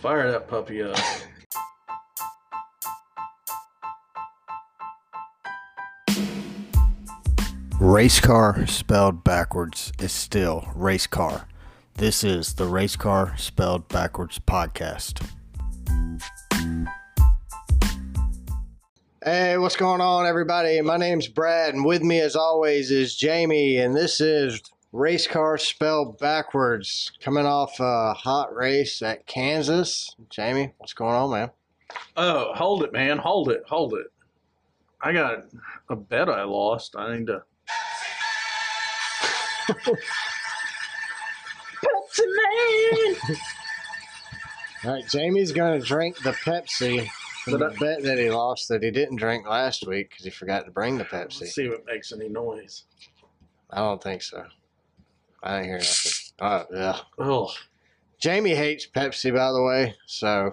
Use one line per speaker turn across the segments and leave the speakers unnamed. Fire that puppy up.
Race car spelled backwards is still race car. This is the Race Car Spelled Backwards podcast.
Hey, what's going on, everybody? My name's Brad, and with me, as always, is Jamie, and this is Race Car Spelled Backwards. Coming off a hot race at Kansas. Jamie, what's going on, man?
Oh, hold it, man. Hold it. Hold it. I got a bet I lost. I need to.
All right, Jamie's going to drink the Pepsi.
But
from the
I-
bet that he lost that he didn't drink last week because he forgot to bring the
See.
Pepsi.
see if it makes any noise.
I don't think so. I didn't hear nothing. Oh, yeah.
Oh,
Jamie hates Pepsi, by the way, so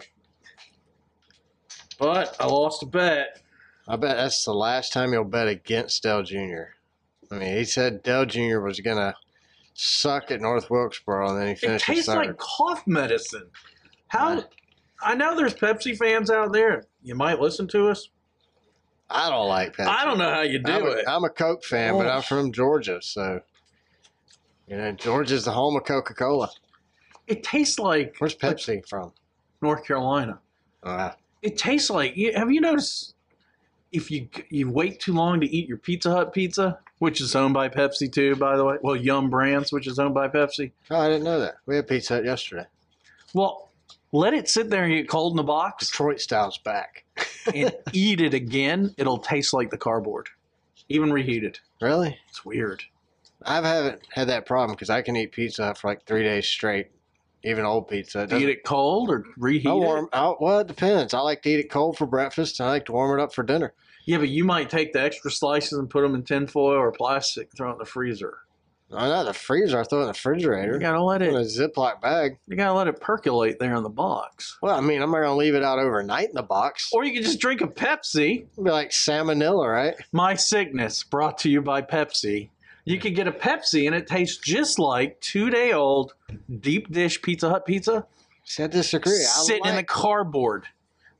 but I lost a bet.
I bet that's the last time you'll bet against Dell Jr. I mean, he said Dell Jr. was gonna suck at North Wilkesboro, and then he
It
finished
tastes like
third.
cough medicine. How?
Right.
I know there's Pepsi fans out there. You might listen to us.
I don't like Pepsi.
I don't know how you do
I'm a,
it.
I'm a Coke fan, but
Oh.
I'm from Georgia, so you know Georgia's the home of Coca-Cola.
It tastes like
Where's Pepsi from?
North Carolina.
Uh,
It tastes like. you- Have you noticed? If you you wait too long to eat your Pizza Hut pizza, which is owned by Pepsi too, by the way. Well, Yum Brands, which is owned by Pepsi.
oh, I didn't know that. We had Pizza Hut yesterday.
Well, let it sit there and get cold in the box.
Detroit style's back.
and eat it again, it'll taste like the cardboard, even reheated.
Really?
It's weird.
I haven't had that problem because I can eat Pizza Hut for like three days straight, even old pizza. It
Do you eat it cold or reheat
I
it?
warm. I, well, it depends. I like to eat it cold for breakfast. and I like to warm it up for dinner.
Yeah, but you might take the extra slices and put them in tinfoil or plastic, throw it in the freezer.
I know the freezer. I throw it in
You
the refrigerator.
gotta let
in a
it.
Ziploc bag.
You gotta let it percolate there in the box.
Well, I mean, I'm not gonna leave it out overnight in the box.
Or you can just drink a Pepsi.
It'd be like salmonella, right?
My sickness, brought to you by Pepsi. You could get a Pepsi and it tastes just like two-day-old deep dish Pizza Hut pizza.
See, I disagree. I
sitting in the
like-
cardboard.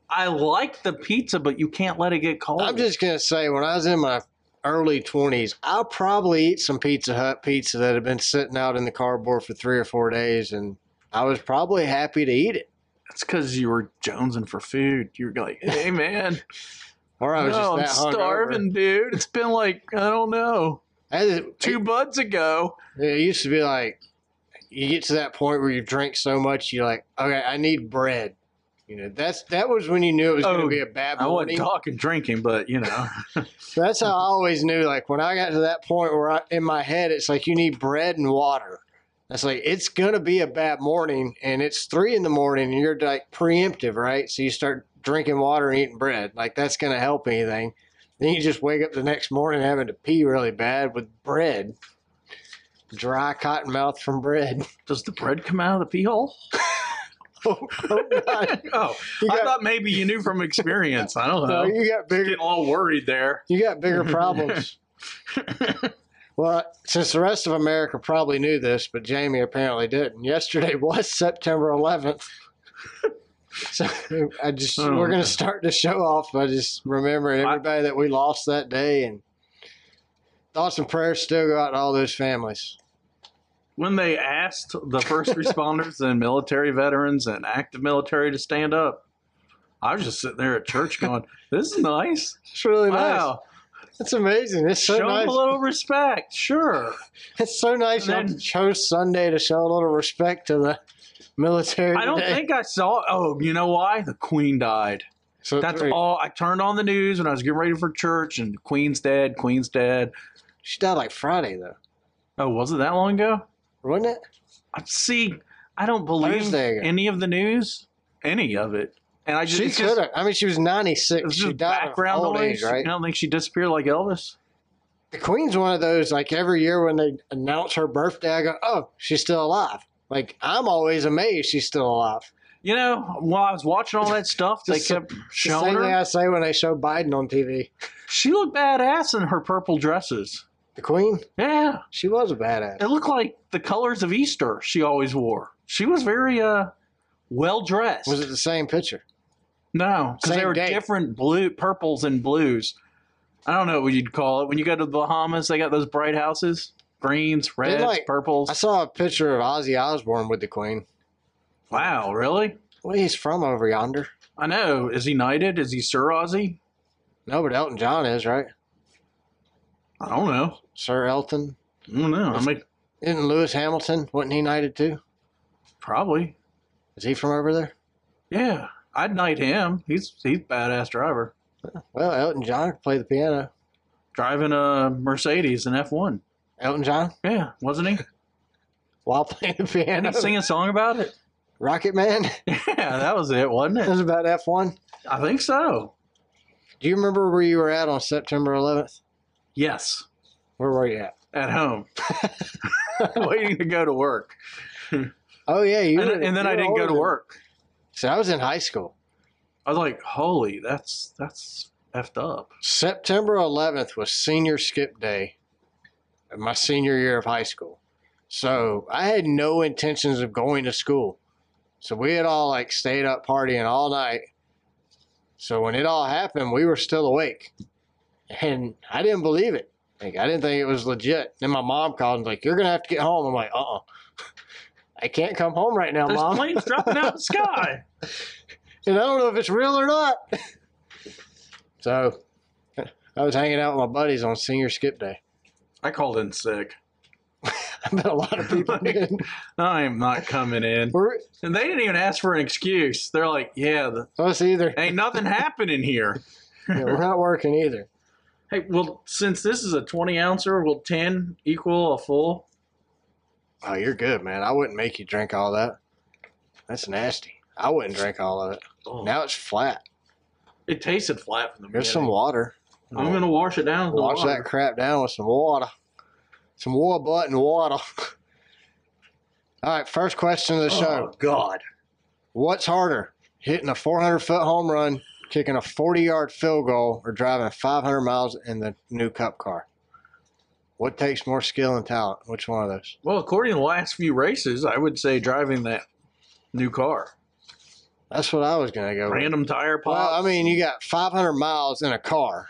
I like the pizza, but you can't let it get cold.
I'm just gonna say, when I was in my early 20s, I'll probably eat some Pizza Hut pizza that had been sitting out in the cardboard for three or four days, and I was probably happy to eat it.
it's because you were jonesing for food. You were like, "Hey man,
Or I was
no, I'm
just that hungover.
starving, dude. It's been like I don't know
I just-
two buds ago.
It used to be like you get to that point where you drink so much you're like, okay, I need bread. You know, that's that was when you knew it was
Oh,
gonna be a bad
I wasn't
morning.
talking drinking, but you know,
That's how I always knew. Like when I got to that point where I, in my head it's like you need bread and water. That's like it's gonna be a bad morning, and it's three in the morning, and you're like preemptive, right? So you start drinking water and eating bread. Like that's gonna help anything. Then you just wake up the next morning having to pee really bad with bread, dry cotton mouth from bread.
does the bread come out of the pee hole?
oh, God.
oh,
You
I
got,
thought maybe you knew from experience. I don't know.
no, you got bigger.
Getting all worried there.
You got bigger problems. well, since the rest of America probably knew this, but Jamie apparently didn't. Yesterday was September 11th. So I just
Oh,
we're gonna
okay.
start the show off by just remembering
I-
everybody that we lost that day, and thoughts and prayers still go out to all those families.
when they asked the first responders and military veterans and active military to stand up, I was just sitting there at church going, "This is nice.
It's really
Wow,
nice. It's amazing. It's so
show 'em
nice.
a little respect. Sure,
It's so nice y'all
And then-
chose Sunday to show a little respect to the military.
I don't
today.
think I saw. Oh, you know why? The Queen died.
so.
That's
three.
all. I turned on the news when I was getting ready for church, and Queen's dead. Queen's dead.
She died like Friday though,
Oh, was it that long ago?
wasn't it?
I see. I don't believe
Thursday.
any of the news, any of it. And I just
she
it's
could
just-
have. I mean, she was ninety
It
six.
was
She
just
died
background
of old
noise.
age, right?
I don't think she disappeared like Elvis.
The Queen's one of those. Like every year when they announce her birthday, I go, "Oh, she's still alive." Like I'm always amazed she's still alive.
You know, while I was watching all that stuff, they
Just the-
kept
It's the
showing
same thing
her.
I say when they show Biden on TV.
She looked badass in her purple dresses.
The Queen,
Yeah,
she was a
it
badass.
looked like the colors of Easter she always wore. She was very uh well dressed.
Was it the same picture?
No, because they
Same
were
day.
different blue, purples and blues. I don't know what you'd call it. When you go to the Bahamas, they got those bright houses, greens, reds,
like-
purples.
I saw a picture of Ozzy Osbourne with the Queen.
wow, really?
Well, he's from over yonder.
I know. Is he knighted? Is he Sir Ozzy?
No, but Elton John is right.
I don't know.
Sir Elton.
I don't know. I mean,
Isn't Lewis Hamilton? Wasn't he knighted too?
probably.
Is he from over there?
Yeah, I'd knight him. He's he's a badass driver,
Well, Elton John could play the piano.
driving a Mercedes and F one.
Elton John
Yeah, wasn't he?
while playing the
And
piano.
he sing a song about it.
Rocket Man.
Yeah, that was it, wasn't
that
it?
was about F one.
I think so.
Do you remember where you were at on September 11th?
Yes,
Where were you at?
at home, waiting to go to work.
Oh yeah, you.
and,
were-
and then
you
I
were
didn't
older
go to
than-
work.
So I was in high school.
I was like, "Holy, that's that's effed up."
September 11th was senior skip day of my senior year of high school. So I had no intentions of going to school. So we had all like stayed up partying all night. So when it all happened, we were still awake. And I didn't believe it. Like I didn't think it was legit. Then my mom called and was like, You're gonna have to get home. I'm like, uh uh I can't come home right now,
There's
mom.
planes dropping out of the sky.
And I don't know if it's real or not. so I was hanging out with my buddies on senior skip day.
I called in sick.
I bet a lot of people did.
I am not coming in.
Were-
And they didn't even ask for an excuse. They're like, "Yeah, the,
Us either.
ain't nothing happening here."
Yeah, we're not working either.
Hey, well, since this is a twenty ouncer, will ten equal a full?
Oh, you're good, man. I wouldn't make you drink all that. That's nasty. I wouldn't drink all of it.
Oh,
Now it's flat.
it tasted flat from the
There's
beginning.
some water.
I'm gonna wash it down. with the
Wash
water.
that crap down with some water. Some war button water. all right, first question of the show.
Oh God!
What's harder, hitting a 400 foot home run, kicking a 40 yard field goal, or driving 500 miles in the new cup car? What takes more skill and talent? Which one of those?
Well, according to the last few races, I would say driving that new car,
That's what I was going to go with.
random tire pop.
Well, I mean, you got 500 miles in a car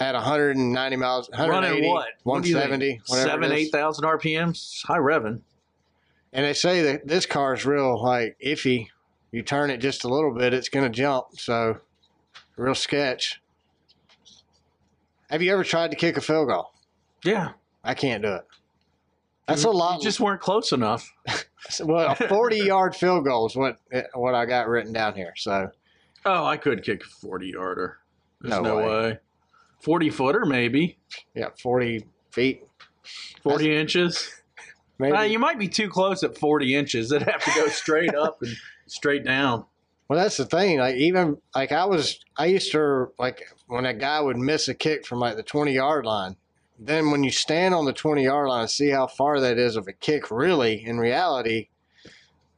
at 190 miles, 180,
running what? What do you think?
170, whatever
Seven,
it is.
eight thousand RPMs, high revving.
And they say that this car is real like iffy. You turn it just a little bit, it's gonna jump. So, real sketch. Have you ever tried to kick a field goal?
Yeah,
I can't do it. That's a lot.
You just weren't close enough.
well, a forty-yard field goal is what eh, what I got written down here. So,
Oh, I could kick a forty yarder. There's
No
no,
way.
way. Forty footer, maybe
yeah, forty feet,
forty inches.
maybe.
Uh, you might be too close at forty inches. It'd have to go straight up and straight down.
Well, that's the thing. Like even like I was, I used to like when a guy would miss a kick from like the twenty yard line. Then when you stand on the twenty yard line, and see how far that is of a kick really in reality.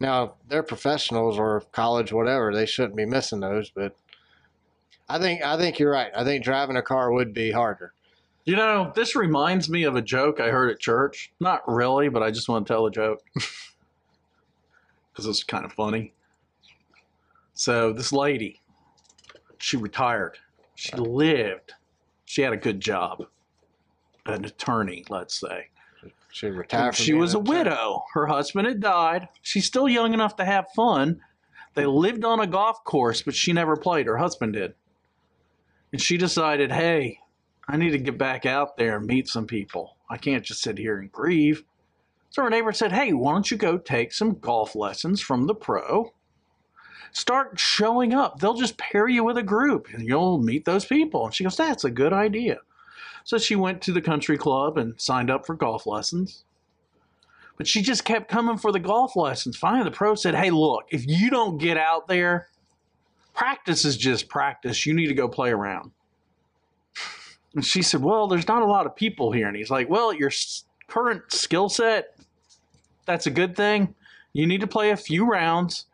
Now they're professionals or college, whatever. They shouldn't be missing those, but I think I think you're right. I think driving a car would be harder.
You know, this reminds me of a joke I heard at church. Not really, but I just want to tell the joke because it's kind of funny. So, this lady, she retired. She lived. She had a good job, an attorney, let's say.
She retired. from
she
being
was a
attorney.
widow. Her husband had died. She's still young enough to have fun. They lived on a golf course, but she never played. Her husband did. And she decided, hey, I need to get back out there and meet some people. I can't just sit here and grieve. So her neighbor said, hey, why don't you go take some golf lessons from the pro? Start showing up. They'll just pair you with a group and you'll meet those people. And she goes, that's a good idea. So she went to the country club and signed up for golf lessons. But she just kept coming for the golf lessons. Finally, the pro said, Hey, look, if you don't get out there, practice is just practice. You need to go play around. And she said, Well, there's not a lot of people here. And he's like, Well, your s- current skill set, that's a good thing. You need to play a few rounds.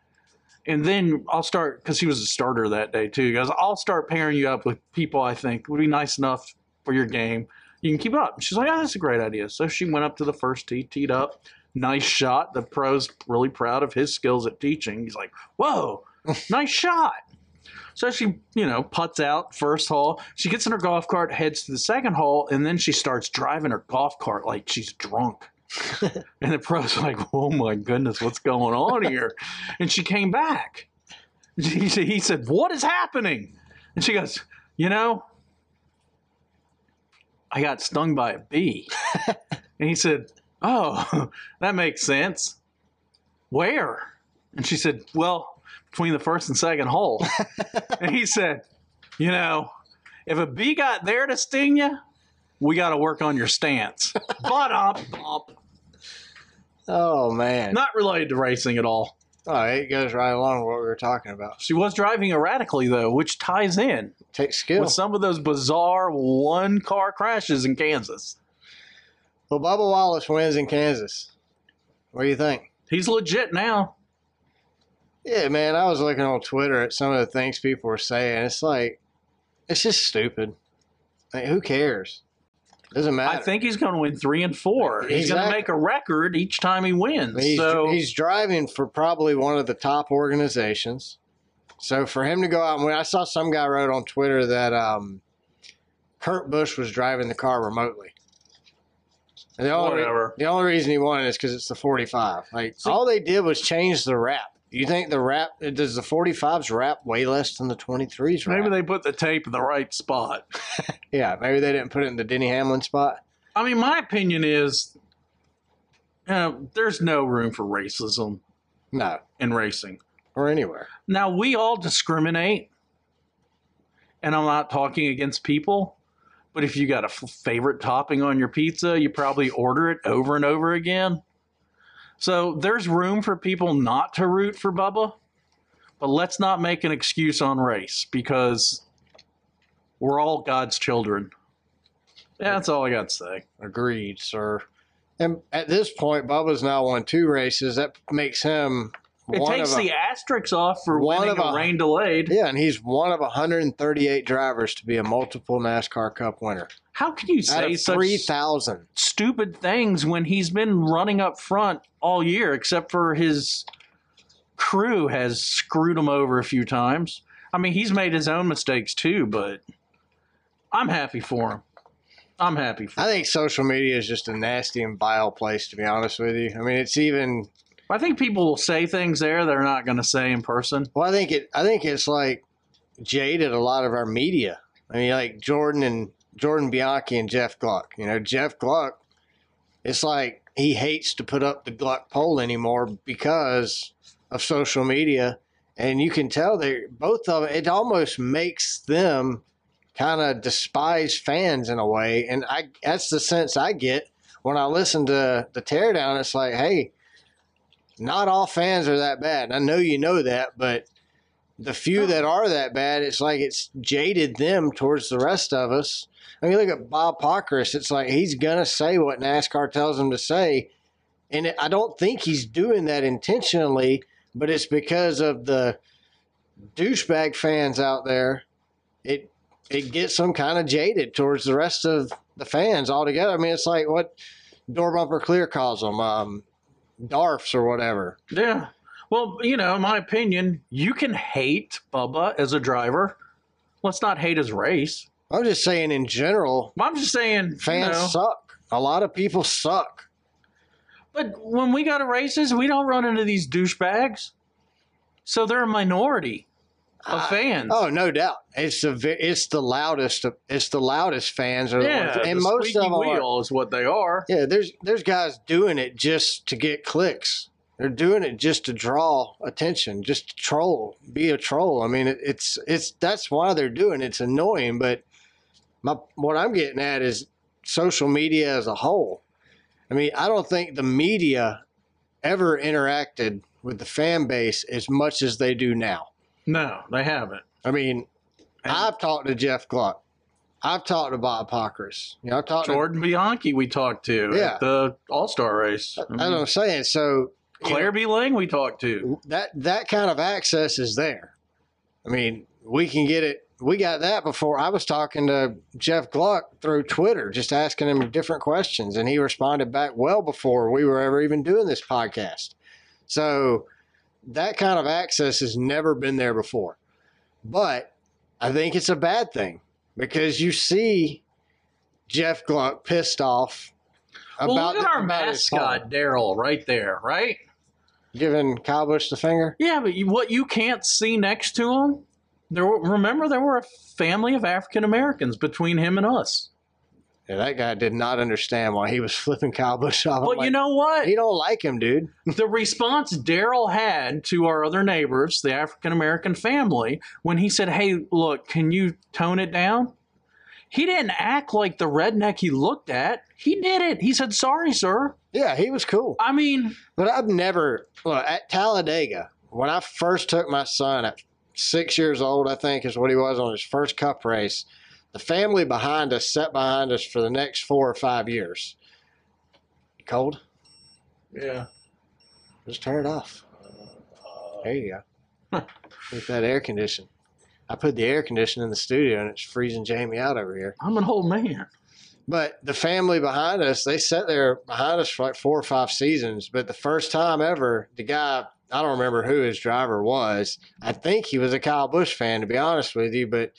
And then I'll start, because he was a starter that day too. He goes, I'll start pairing you up with people I think would be nice enough for your game. You can keep up. She's like, Oh, that's a great idea. So she went up to the first tee, teed up nice shot. The pro's really proud of his skills at teaching. He's like, whoa, nice shot. So she, you know, puts out first hole. She gets in her golf cart, heads to the second hole, and then she starts driving her golf cart like she's drunk. and the pro's like, oh my goodness, what's going on here? and she came back. He, said- he said, what is happening? And she goes, you know, I got stung by a bee. and he said, oh, that makes sense. Where? And she said, well, between the first and second hole. and he said, you know, if a bee got there to sting you, we got to work on your stance. But up, up.
Oh man.
Not related to racing at all.
Oh, it goes right along with what we were talking about.
She was driving erratically though, which ties in
Take skill.
with some of those bizarre one car crashes in Kansas.
Well, Bubba Wallace wins in Kansas. What do you think?
He's legit now.
Yeah, man, I was looking on Twitter at some of the things people were saying. It's like, it's just stupid. Like, who cares? Doesn't matter.
I think he's going to win three and four. He's going to
Exactly.
make a record each time he wins.
he's,
so
he's driving for probably one of the top organizations. So for him to go out and win, I saw some guy wrote on Twitter that um, Kurt Busch was driving the car remotely. And the only,
whatever.
The only reason he won is because it's the 45. Like all they did was change the wrap. You think the wrap does the 45s wrap way less than the 23s wrap?
Maybe they put the tape in the right spot.
yeah, maybe they didn't put it in the Denny Hamlin spot.
I mean, my opinion is uh, there's no room for racism
No,
in racing.
or anywhere.
Now, we all discriminate, and I'm not talking against people, but if you got a f- favorite topping on your pizza, you probably order it over and over again. So there's room for people not to root for Bubba, but let's not make an excuse on race because we're all God's children. Yeah, that's all I got to say.
Agreed, sir. And at this point, Bubba's now won two races. That makes him
It
one
takes
of a-
the asterisks off for
one
winning
of
a
a-
rain delayed.
yeah, and he's one of 138 drivers to be a multiple NASCAR Cup winner.
How can you
Out
say
of
such
3,000.
stupid things when he's been running up front all year, except for his crew has screwed him over a few times. I mean, he's made his own mistakes too, but I'm happy for him. I'm happy for
I
him.
think social media is just a nasty and vile place, to be honest with you. I mean, it's even
I think people will say things there they're not going to say in person.
Well, I think it. I think it's like jaded a lot of our media. I mean, like Jordan and Jordan Bianchi and Jeff Gluck. You know, Jeff Gluck. It's like he hates to put up the Gluck poll anymore because of social media, and you can tell they both of it almost makes them kind of despise fans in a way, and I that's the sense I get when I listen to the teardown. It's like, hey, not all fans are that bad. And I know you know that, but the few that are that bad, it's like it's jaded them towards the rest of us. I mean, look at Bob Pockris. It's like he's going to say what NASCAR tells him to say. And it, I don't think he's doing that intentionally, but it's because of the douchebag fans out there. It it gets them kind of jaded towards the rest of the fans altogether. I mean, it's like what Door Bumper Clear calls them. Um, DARFs or whatever.
Yeah. Well, you know, in my opinion, you can hate Bubba as a driver. Let's not hate his race.
I'm just saying in general,
I'm just saying,
fans
you know,
suck. A lot of people suck.
But when we go to races, we don't run into these douchebags. So they're a minority of
I-
fans.
Oh, no doubt. It's the ve- it's the loudest of- it's the loudest fans are the
yeah,
ones, and
the
most
squeaky
of them are,
wheel is what they are.
yeah. There's there's guys doing it just to get clicks. They're doing it just to draw attention, just to troll, be a troll. I mean, it, it's it's that's why they're doing it. it's annoying. But my what I'm getting at is social media as a whole. I mean, I don't think the media ever interacted with the fan base as much as they do now.
No, they haven't.
I mean,
And
I've talked to Jeff Gluck. I've talked to Bob Pockers. You know, I've talked
Jordan Bianchi, we talked to
Yeah.
at the All Star race. Mm-hmm.
to. That's what I'm saying. So you
Claire B. Lang, we talked to.
know, that that kind of access is there. I mean, we can get it we got that before. I was talking to Jeff Gluck through Twitter, just asking him different questions, and he responded back well before we were ever even doing this podcast. So that kind of access has never been there before. But I think it's a bad thing because you see Jeff Gluck pissed off
Well,
about,
look at our
about his phone.
mascot, Daryl, right there, right?
giving Kyle Bush the finger.
Yeah, but you, what you can't see next to him, there. Were, remember, there were a family of African Americans between him and us.
Yeah, that guy did not understand why he was flipping Kyle Bush off. I'm
But you
like,
know what?
he don't like him, dude.
the response Daryl had to our other neighbors, the African American family, when he said, Hey, look, can you tone it down? He didn't act like the redneck he looked at. He did it. He said, Sorry, sir.
Yeah, he was cool.
I mean,
But I've never look at Talladega when I first took my son at six years old, I think is what he was on his first Cup race. The family behind us sat behind us for the next four or five years. Cold,
yeah.
just turn it off. There you go. With that air condition, I put the air condition in the studio and it's freezing Jamie out over here.
I'm an old man.
But the family behind us, they sat there behind us for like four or five seasons. But the first time ever, the guy, I don't remember who his driver was. I think he was a Kyle Bush fan, to be honest with you. But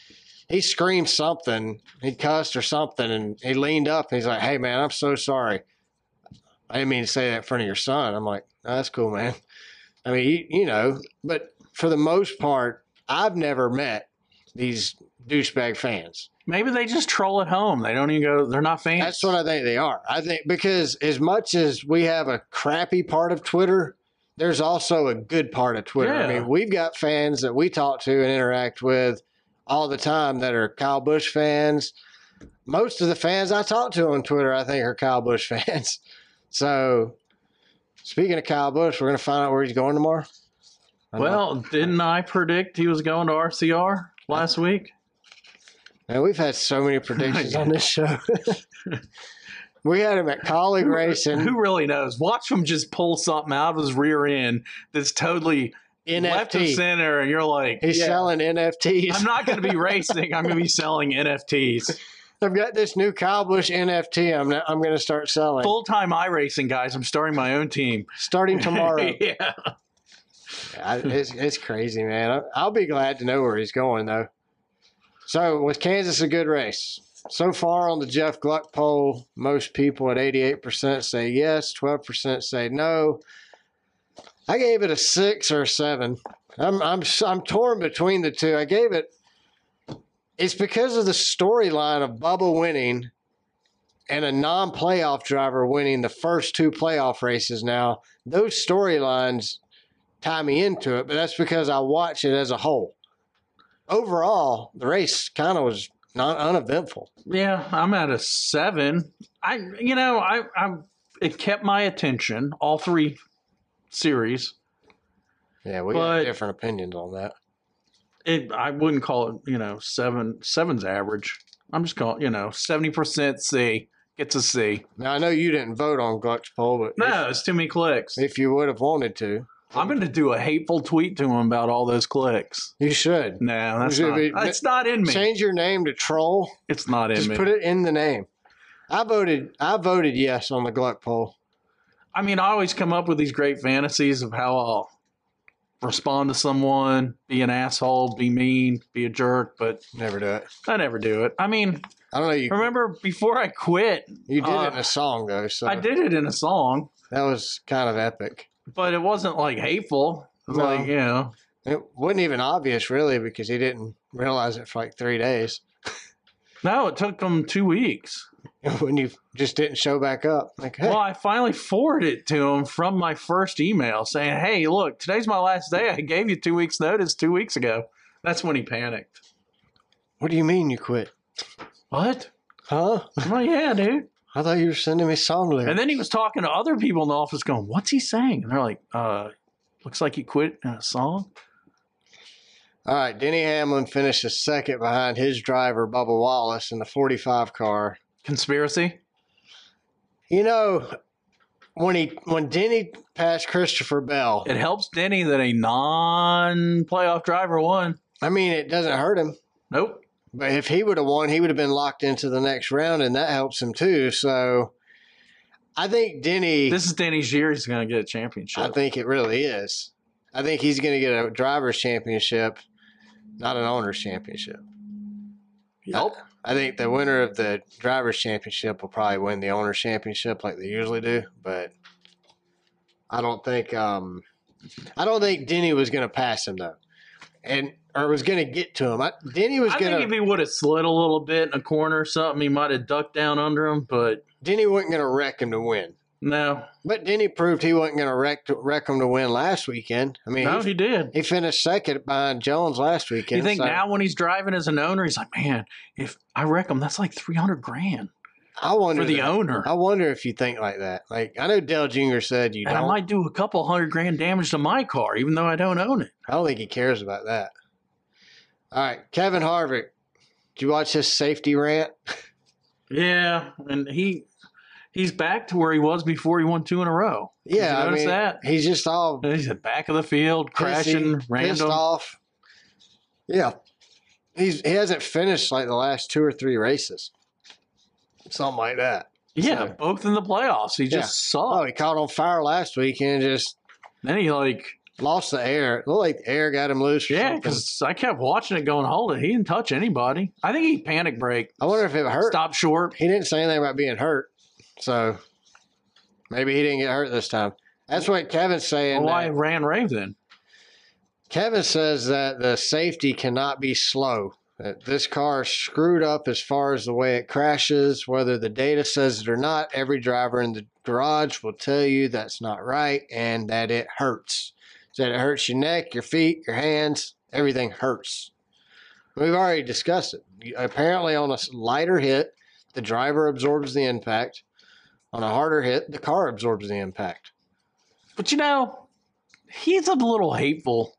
he screamed something, he cussed or something, and he leaned up and he's like, Hey, man, I'm so sorry. I didn't mean to say that in front of your son. I'm like, no, That's cool, man. I mean, you, you know, but for the most part, I've never met these douchebag fans.
Maybe they just troll at home. They don't even go, they're not fans.
That's what I think they are. I think because as much as we have a crappy part of Twitter, there's also a good part of Twitter. I
Yeah.
mean, we've got fans that we talk to and interact with all the time that are Kyle Bush fans. Most of the fans I talk to on Twitter, I think, are Kyle Bush fans. So, speaking of Kyle Bush, we're going to find out where he's going tomorrow. I don't know.
well, didn't I predict he was going to RCR last week?
Man, we've had so many predictions on this show. we had him at Colleague Racing.
Who really knows? Watch him just pull something out of his rear end that's totally left of
NFT.
center, and you're like,
He's
yeah,
selling NFTs.
I'm not going to be racing. I'm going to be selling NFTs.
I've got this new Kyle Busch NFT. I'm not, I'm going to start selling
Full time iRacing, guys. I'm starting my own team
starting tomorrow.
yeah.
I, it's, it's crazy, man. I, I'll be glad to know where he's going though. So was Kansas a good race? So far on the Jeff Gluck poll, most people at 88% say yes, 12% say no. I gave it a six or a seven. I'm I'm I'm torn between the two. I gave it. It's because of the storyline of Bubba winning and a non-playoff driver winning the first two playoff races. Now those storylines tie me into it, but that's because I watch it as a whole. Overall, the race kind of was not uneventful.
Yeah, I'm at a seven. I, you know, I, I, it kept my attention all three series.
Yeah, we
But-
have different opinions on that.
It, I wouldn't call it, you know, seven. Seven's average. I'm just calling, you know, seventy percent C gets a C.
Now I know you didn't vote on Gluck's poll, but
No, it's too many clicks.
if, if you would have wanted to,
I'm going to do a hateful tweet to him about all those clicks.
you should
No, that's
Should
not.
we-
It's not in me.
change your name to Troll.
It's not in
Just
me.
put it in the name. I voted. I voted yes on the Gluck poll.
I mean, I always come up with these great fantasies of how I'll respond to someone, be an asshole, be mean, be a jerk, but
Never do it.
I never do it. I mean,
I don't know. You
remember before I quit,
you did
uh,
it in a song though, so
I did it in a song,
that was kind of epic.
but it wasn't like hateful. It was
No.
like, you know,
It wasn't even obvious really because he didn't realize it for like three days.
no, it took them two weeks.
when you just didn't show back up. Like, hey,
Well, I finally forwarded it to him from my first email saying, Hey, look, today's my last day. I gave you two weeks' notice two weeks ago. That's when he panicked.
what do you mean you quit?
What?
Huh?
I'm like, Yeah, dude.
I thought you were sending me song lyrics.
And then he was talking to other people in the office going, What's he saying? And they're like, uh, Looks like he quit in a song.
All right, Denny Hamlin finishes second behind his driver, Bubba Wallace, in the 45 car.
Conspiracy?
You know, when he when Denny passed Christopher Bell,
It helps Denny that a non playoff driver won.
I mean, it doesn't hurt him.
Nope.
But if he would have won, he would have been locked into the next round, and that helps him too. So I think Denny.
This is Danny's year. He's going to get a championship.
I think it really is. I think he's going to get a driver's championship, not an owner's championship.
Yup.
I think the winner of the driver's championship will probably win the owner's championship like they usually do, but I don't think um, I don't think Denny was going to pass him though, and or was going to get to him. I, Denny was
I
going
think if
to
he would have slid a little bit in a corner or something, he might have ducked down under him. But
Denny wasn't going to wreck him to win.
no,
But Denny proved he wasn't going to wreck wreck him to win last weekend. I mean,
no,
he,
he did.
he finished second behind Jones last weekend.
You think
so-
now when he's driving as an owner, he's like, man, if I wreck him, that's like three hundred grand
I wonder
for the
that-
owner,
I wonder if you think like that. Like I know Dale Jr. said you
and I
don't.
might do a couple hundred grand damage to my car, even though I don't own it.
I don't think he cares about that. All right, Kevin Harvick. Did you watch his safety rant?
Yeah, and he he's back to where he was before he won two in a row.
Yeah,
you
I
notice
mean,
that?
he's just all
He's at back of the field,
pissy,
crashing,
pissed
random.
off. Yeah, he's he hasn't finished like the last two or three races, something like that.
Yeah,
So-
both in the playoffs. He just
Oh,
saw.
he caught on fire last weekend. and Just
Then he like,
lost the air. It looked like the air got him loose. or
yeah,
something.
because I kept watching it going, hold it, he didn't touch anybody. I think he panic break,
I wonder if it hurt.
stopped short.
He didn't say anything about being hurt, so maybe he didn't get hurt this time. That's what Kevin's saying.
Well, why
that-
Oh, ran rave then?
Kevin says that the safety cannot be slow. That this car screwed up as far as the way it crashes, whether the data says it or not. Every driver in the garage will tell you that's not right and that it hurts. That it hurts your neck, your feet, your hands, everything hurts. We've already discussed it. You- Apparently, on a s- lighter hit, the driver absorbs the impact. On a harder hit, the car absorbs the impact.
But you know, he's a little hateful.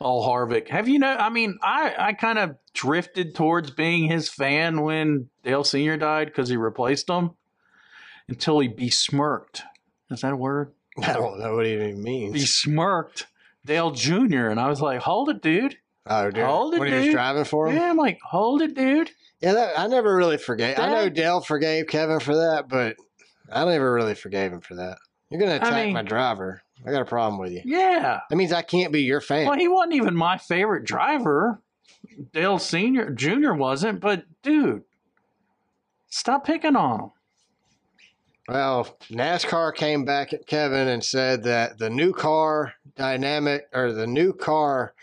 Oh, Harvick. Have you know? I mean, I I kind of drifted towards being his fan when Dale Senior died because he replaced him until he besmirked. Is that a word?
I don't know what it even means.
Besmirked Dale Jr. And I was like, hold it, dude.
Oh, dude.
Hold it,
when he was
dude.
driving for him?
Yeah, I'm like, hold it, dude.
Yeah, that, I never really forgave. I know
That-
Dale forgave Kevin for that, but I never really forgave him for that. You're gonna attack
mean-
my driver. I got a problem with you.
Yeah.
That means I can't be your fan.
Well, he wasn't even my favorite driver. Dale Senior Jr. wasn't, but dude, stop picking on him.
Well, NASCAR came back at Kevin and said that the new car dynamic or the new car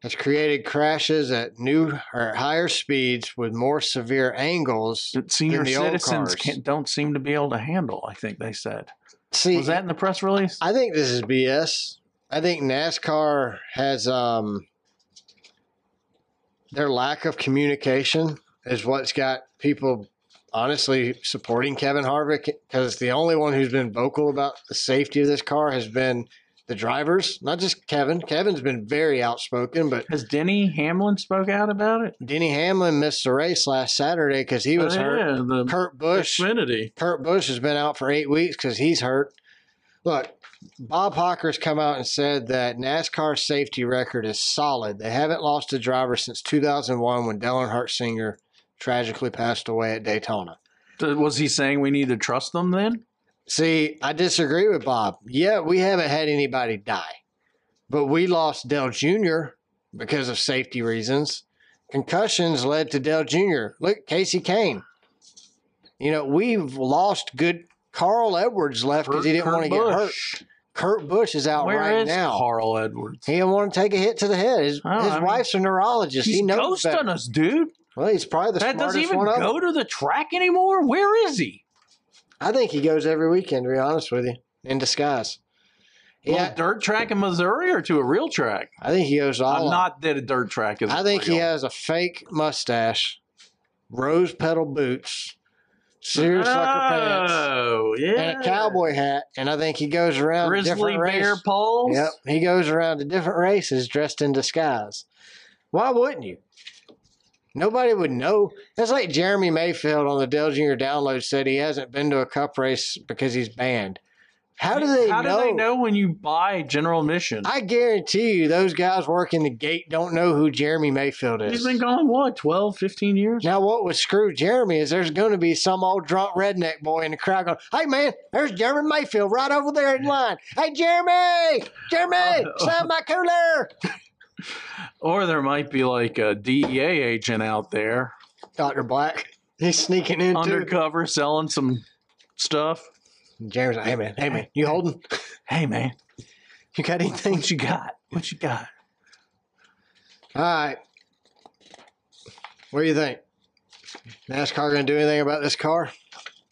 has created crashes at new or at higher speeds with more severe angels.
that senior
the old
citizens
cars.
can't, don't seem to be able to handle. I think they said.
See,
Was that in the press release?
I think this is BS. I think NASCAR has um their lack of communication is what's got people honestly supporting Kevin Harvick because the only one who's been vocal about the safety of this car has been the drivers, not just Kevin. Kevin's been very outspoken, but
Has Denny Hamlin spoke out about it?
Denny Hamlin missed the race last Saturday because he was
Oh,
hurt.
yeah, the
Kurt Busch
Xfinity.
Kurt Busch has been out for eight weeks because he's hurt. Look, Bob Hawker's come out and said that NASCAR's safety record is solid. They haven't lost a driver since 2001 when Dale Earnhardt Sr. tragically passed away at Daytona.
Th- Was he saying we need to trust them then?
See, I disagree with Bob. Yeah, we haven't had anybody die, but we lost Dell Jr. because of safety reasons. Concussions led to Dell Jr. Look, Casey Kane. You know, we've lost good. Carl Edwards left because he didn't want to get hurt. Kurt Busch is out
Where
right
is
now.
Carl Edwards?
He didn't want to take a hit to the head. His,
Oh,
his
I mean,
wife's a neurologist.
He's
he knows
ghosting
better.
us, dude.
Well, he's probably the
that
smartest
doesn't even
one of them.
go to the track anymore. Where is he?
I think he goes every weekend. To be honest with you, in disguise.
Yeah.
Yeah,
dirt track in Missouri or to a real track?
I think he goes all.
I'm not that a dirt track is.
I think he
real.
has a fake mustache, rose petal boots, seersucker pants,
Oh, Ah! yeah.
and a cowboy hat, and I think he goes around to
Grizzly
different
bear
races.
poles.
Yep, he goes around to different races dressed in disguise. Why wouldn't you? Nobody would know. That's like Jeremy Mayfield on the Dell Jr. download said he hasn't been to a cup race because he's banned. How do they
How
know?
do they know when you buy general admission?
I guarantee you, those guys working the gate don't know who Jeremy Mayfield is.
He's been gone what 12, 15 years.
Now, what would screw Jeremy is there's going to be some old drunk redneck boy in the crowd going, Hey, man, there's Jeremy Mayfield right over there in line. Hey, Jeremy,
Oh.
Jeremy, sign my cooler.
Or there might be like a DEA agent out there
Dr. Black, he's sneaking into
undercover selling some stuff.
Jeremy's like, Hey, man, hey, man, you holding?
Hey man,
You got anything?
what you got? What you got?
All right. What do you think? NASCAR going to do anything about this car?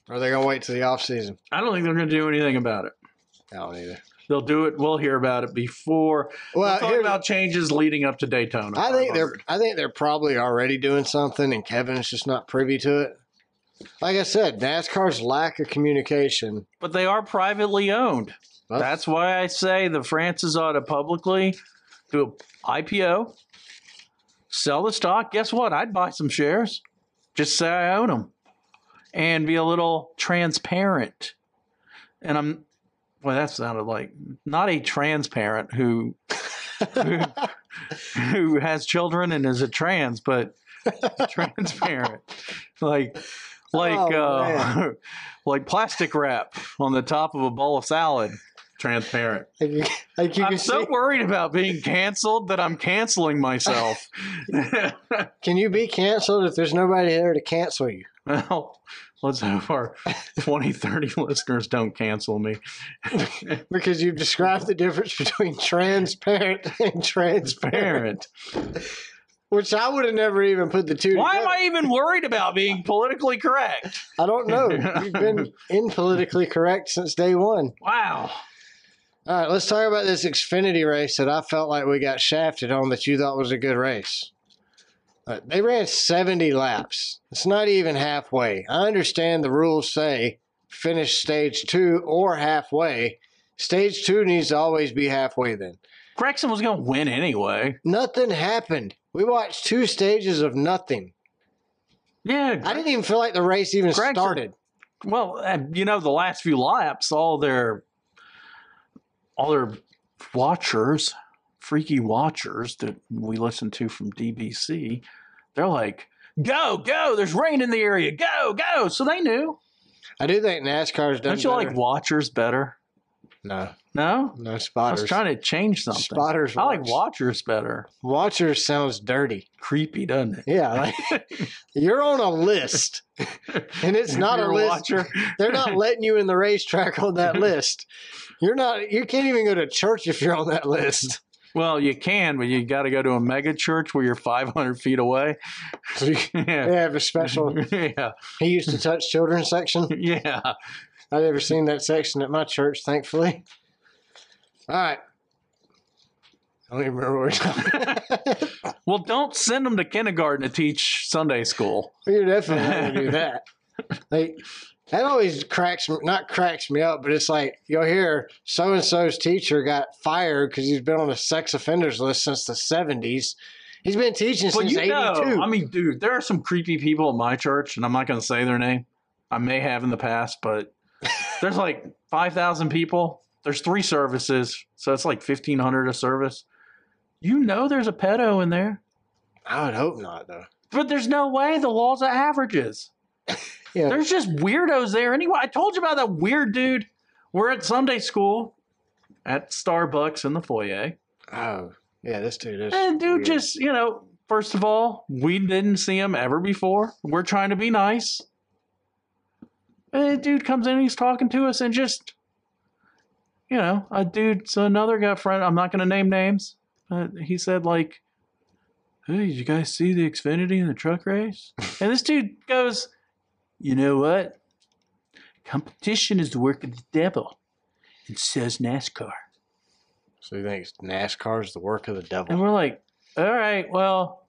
Or are they going to wait till the off season?
I don't think they're going to do anything about it.
I don't either.
They'll do it. We'll hear about it before.
Well,
we'll talk
here's-
about changes leading up to Daytona.
I think they're
500.
I think they're probably already doing something, and Kevin's just not privy to it. Like I said, NASCAR's lack of communication.
but they are privately owned.
Well,
That's why I say the Francis ought to publicly do a IPO, sell the stock. Guess what? I'd buy some shares. Just say I own them, and be a little transparent. And I'm, well, that sounded like not a transparent who who, who has children and is a trans, but transparent, like like
Oh,
uh,
man.
like plastic wrap on the top of a bowl of salad. Transparent.
like you, like you
I'm
can,
so
see,
worried about being canceled that I'm canceling myself.
can you be canceled if there's nobody there to cancel you?
well, let's hope our 20, 30 listeners don't cancel me.
Because you've described the difference between transparent and transparent,
Parent.
which I would have never even put the two
Why am
together.
I even worried about being politically correct?
I don't know. You've been impolitically correct since day one.
Wow.
All right, let's talk about this Xfinity race that I felt like we got shafted on that you thought was a good race. Uh, they ran 70 laps. It's not even halfway. I understand the rules say finish stage two or halfway. Stage two needs to always be halfway then.
Gregson was going to win anyway.
Nothing happened. We watched two stages of nothing.
Yeah.
I didn't even feel like the race even
Gregson-
started.
Well, uh, you know, the last few laps, all their all their watchers, freaky watchers that we listen to from DBC, they're like, "Go, go! There's rain in the area. Go, go!" So they knew.
I do think NASCAR's done
Don't you
better.
like watchers better?
no,
No,
no
I
spotters.
was trying to change something.
Spotters
I like
watch.
watchers better.
Watchers sounds dirty.
Creepy, doesn't it?
Yeah, like, you're on a list, and it's not a
You're
list.
watcher.
They're not letting you in the racetrack on that list. You're not. You can't even go to church if you're on that list.
Well, you can, but you got to go to a mega church where you're 500 feet away.
they
yeah.
have a special.
yeah.
He used to touch children section.
Yeah.
I've never seen that section at my church, thankfully. All right. I don't even remember where we're talking.
Well, don't send them to kindergarten to teach Sunday school.
You're definitely not gonna do that. Like that always cracks me, not cracks me up, but it's like you'll hear so and so's teacher got fired because he's been on the sex offenders list since the '70s. He's been teaching
But
since
you
'82.
know, I mean, dude, there are some creepy people at my church, and I'm not going to say their name. I may have in the past, but there's like 5,000 people. There's three services, so it's like 1,500 a service. You know, there's a pedo in there,
I would hope not, though.
but there's no way the laws of averages.
Yeah.
There's just weirdos there anyway. I told you about that weird dude. We're at Sunday school at Starbucks in the foyer.
Oh, yeah, this dude is.
And dude,
weird.
just you know, first of all, we didn't see him ever before. We're trying to be nice. And the dude comes in, he's talking to us, and just you know, a dude, so another guy friend. I'm not going to name names. Uh, he said like, "Hey, did you guys see the Xfinity and the truck race?" and this dude goes, "You know what? Competition is the work of the devil." And says NASCAR.
So he thinks NASCAR is the work of the
And
devil.
we're like, all right, well,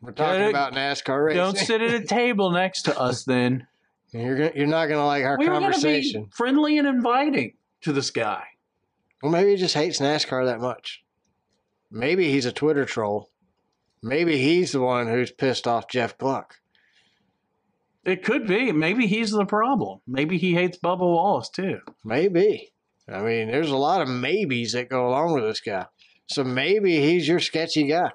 We're talking
don't-
about NASCAR racing.
Don't sit at a table next to us then.
You're gonna, you're not gonna like our
we were going to be
conversation.
friendly and inviting to this guy.
Well, maybe he just hates NASCAR that much. Maybe he's a Twitter troll. Maybe he's the one who's pissed off Jeff Gluck.
It could be. Maybe he's the problem. Maybe he hates Bubba Wallace too.
Maybe. I mean, there's a lot of maybes that go along with this guy. So maybe he's your sketchy guy.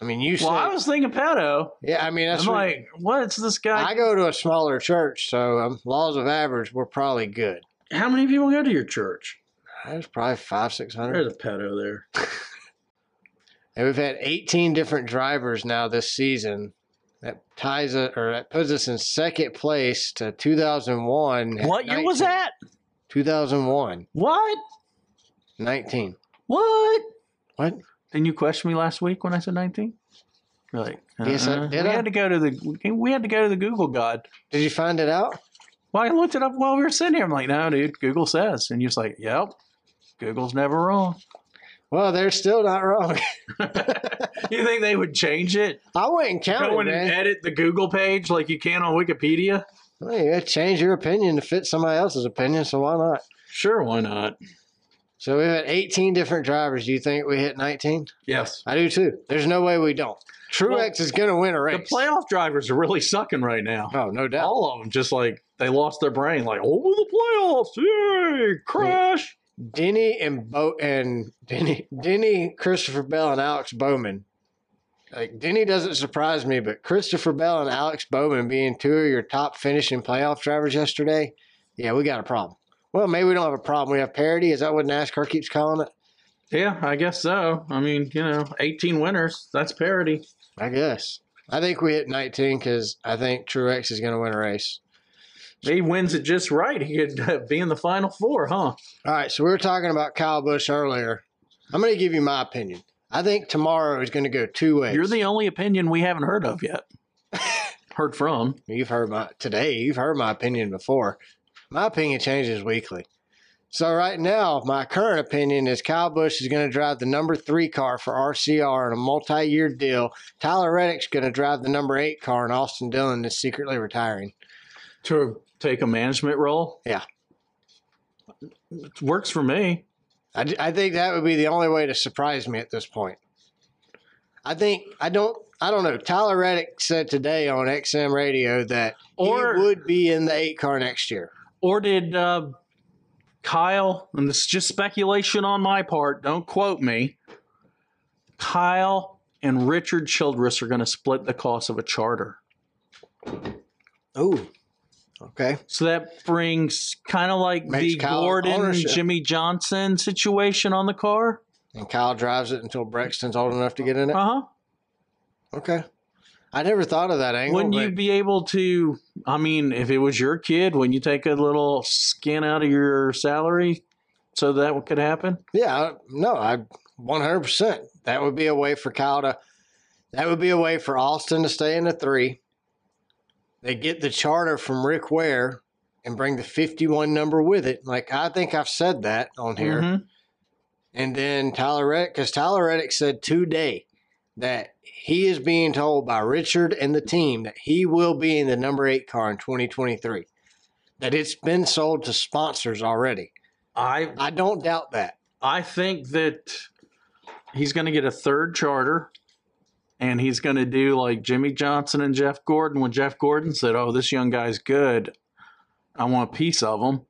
I mean, you
well,
said,
I was thinking pedo.
yeah. I mean, that's
I'm
what-
like, what's this guy?
I go to a smaller church, so um, laws of average were probably good.
How many people go to your church?
There's probably five, six hundred.
There's a pedo there.
And we've had 18 different drivers now this season. That ties us, or that puts us in second place to 2001. at
What year was
19.
that?
2001,
What?
19.
What?
What?
Didn't you question me last week when I said 19? You're like,
Yes, I-
uh-uh.
did
we
I?
had to go to the we had to go to the Google God.
Did you find it out?
Well, I looked it up while we were sitting here. I'm like, no, dude, Google says, and you're just like, yep, Google's never wrong.
Well, they're still not wrong.
You think they would change it?
I wouldn't count
Go
it,
in and
man.
edit the Google page like you can on Wikipedia?
Well, you gotta change your opinion to fit somebody else's opinion, so why not?
Sure, why not?
So we've had 18 different drivers. Do you think we hit 19?
Yes.
I do too. There's no way we don't. Truex
Well,
is going to win a
The
race.
playoff drivers are really sucking right now.
oh, no doubt.
All of them just like they lost their brain, like, oh, the playoffs, yay, crash.
Denny and Bo and Denny, Denny, Christopher Bell and Alex Bowman. Like Denny doesn't surprise me, but Christopher Bell and Alex Bowman being two of your top finishing playoff drivers yesterday, yeah, we got a problem. Well, maybe we don't have a problem. We have parity. Is that what NASCAR keeps calling it?
Yeah, I guess so. I mean, you know, 18 winners, that's parity.
I guess. I think we hit 19 because I think Truex is going to win a race.
He wins it just right. He could uh, be in the final four, huh?
All right, so we were talking about Kyle Busch earlier. I'm going to give you my opinion. I think tomorrow is going to go two ways.
You're the only opinion we haven't heard of yet. heard from.
You've heard my today. You've heard my opinion before. My opinion changes weekly. So right now, my current opinion is Kyle Busch is going to drive the number three car for RCR in a multi-year deal. Tyler Reddick's going to drive the number eight car, and Austin Dillon is secretly retiring.
To take a management role?
Yeah.
It works for me.
I, d- I think that would be the only way to surprise me at this point. I think I don't. I don't know. Tyler Reddick said today on XM Radio that
Or-
he would be in the eight car next year.
Or did uh, Kyle, and this is just speculation on my part, don't quote me, Kyle and Richard Childress are going to split the cost of a charter.
Oh, okay.
So that brings kind of like
Makes
the
Kyle
Gordon
ownership.
Jimmy Johnson situation on the car.
And Kyle drives it until Brexton's old enough to get in it.
Uh
Okay. I never thought of that
huh.
angle.
Wouldn't you
but
be able to? I mean, if it was your kid, wouldn't you take a little skin out of your salary so that could happen?
yeah, I- no, I 100%. That would be a way for Kyle to, that would be a way for Austin to stay in the three. They get the charter from Rick Ware and bring the 51 number with it. Like, I think I've said that on here.
Mhm.
And then Tyler Reddick, because Tyler Reddick said today that he is being told by Richard and the team that he will be in the number eight car in 2023, that it's been sold to sponsors already.
I
I don't doubt that.
I think that he's going to get a third charter, and he's going to do like Jimmy Johnson and Jeff Gordon. When Jeff Gordon said, "Oh, this young guy's good, I want a piece of him."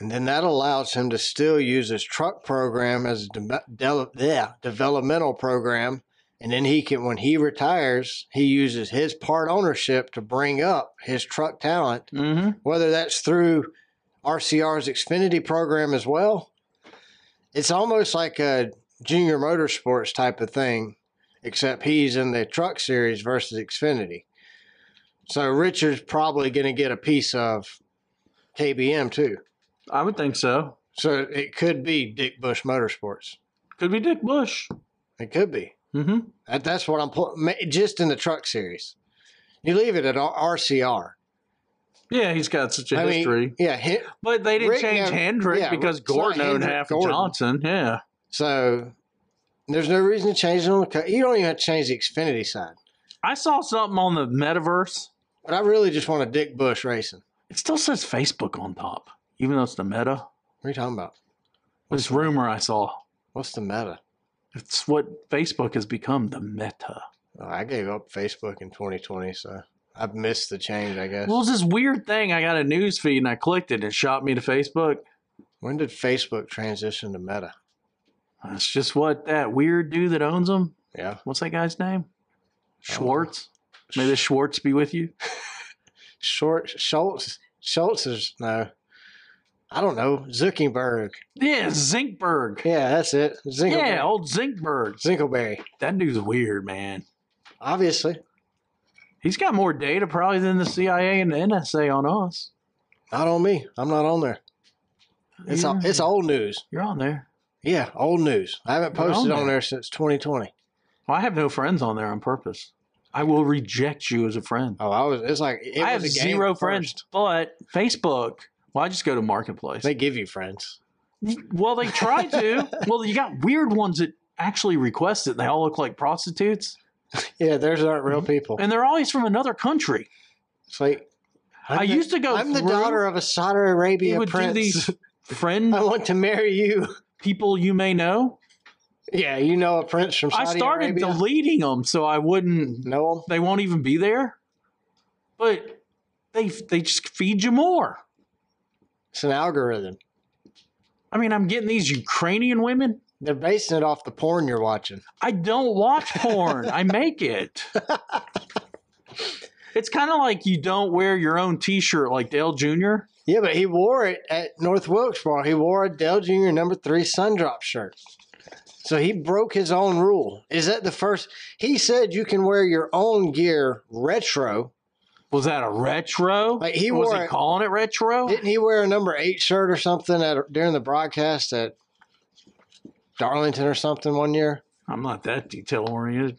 And then that allows him to still use his truck program as a de- de- yeah, developmental program. And then he can, when he retires, he uses his part ownership to bring up his truck talent
Mm-hmm.
whether that's through RCR's Xfinity program as well. It's almost like a junior motorsports type of thing, except he's in the truck series versus Xfinity. So Richard's probably going to get a piece of KBM too.
I would think so.
So it could be Dick Bush Motorsports.
Could be Dick Bush.
It could be.
Mm-hmm.
That, that's what I'm pu- ma- just in the truck series. You leave it at R- RCR.
Yeah, he's got such a
I mean,
history.
yeah, hi-
but they didn't
Rick
change
never-
Hendrick
yeah,
because
it's not
Gordon owned
Hendrick,
half
Gordon.
of Johnson. Yeah.
So there's no reason to change it on the co- You don't even have to change the Xfinity side.
I saw something on the metaverse.
But I really just want a Dick Bush racing.
It still says Facebook on top, even though it's the meta.
What are you talking about?
This rumor I saw.
What's the meta?
It's what Facebook has become the meta.
Oh, I gave up Facebook in 2020, so I've missed the change, I guess.
Well, it's this weird thing. I got a news feed and I clicked it and it shot me to Facebook.
When did Facebook transition to Meta?
That's just what that weird dude that owns them.
Yeah.
What's that guy's name? Schwartz. May the Schwartz be with you.
Short Schultz. Schultz is no. I don't know. Zuckerberg.
Yeah, Zinkberg.
Yeah, that's it. Zinkelberg.
Yeah, old Zinkberg.
Zinkelberry.
That dude's weird, man.
Obviously.
He's got more data probably than the CIA and the NSA on us.
Not on me. I'm not on there. It's
yeah.
all, it's old news.
You're on there.
Yeah, old news. I haven't
You're on
posted on,
there.
there since 2020.
Well, I have no friends on there on purpose. I will reject you as a friend.
Oh, I was. It's like it
I have
was a game
zero
at
friends,
first.
but Facebook. Well, I just go to Marketplace.
They give you friends.
well, they try to. well, you got weird ones that actually request it. And they all look like prostitutes,
Yeah, theirs aren't real people.
Mm-hmm. and they're always from another country.
It's like I'm
i
the-
used to go.
I'm the
through-
daughter of a Saudi
He
Arabia
would do
prince.
these friend
I want to marry you.
people you may know.
Yeah, you know a prince from Saudi
I started
Arabia.
deleting them so I wouldn't.
know him.
They won't even be there. But they they just feed you more.
It's an algorithm.
I mean, I'm getting these Ukrainian women.
They're basing it off the porn you're watching.
I don't watch porn. I make it. It's kind of like you don't wear your own T-shirt like Dale Jr.
Yeah, but he wore it at North Wilkesboro. He wore a Dell Jr. number three sundrop shirt. So he broke his own rule. Is that the first? He said you can wear your own gear retro.
Was that a retro?
Like, he
was
wore
he
it-
calling it retro?
Didn't he wear a number eight shirt or something at, during the broadcast at Darlington or something one year?
I'm not that detail oriented.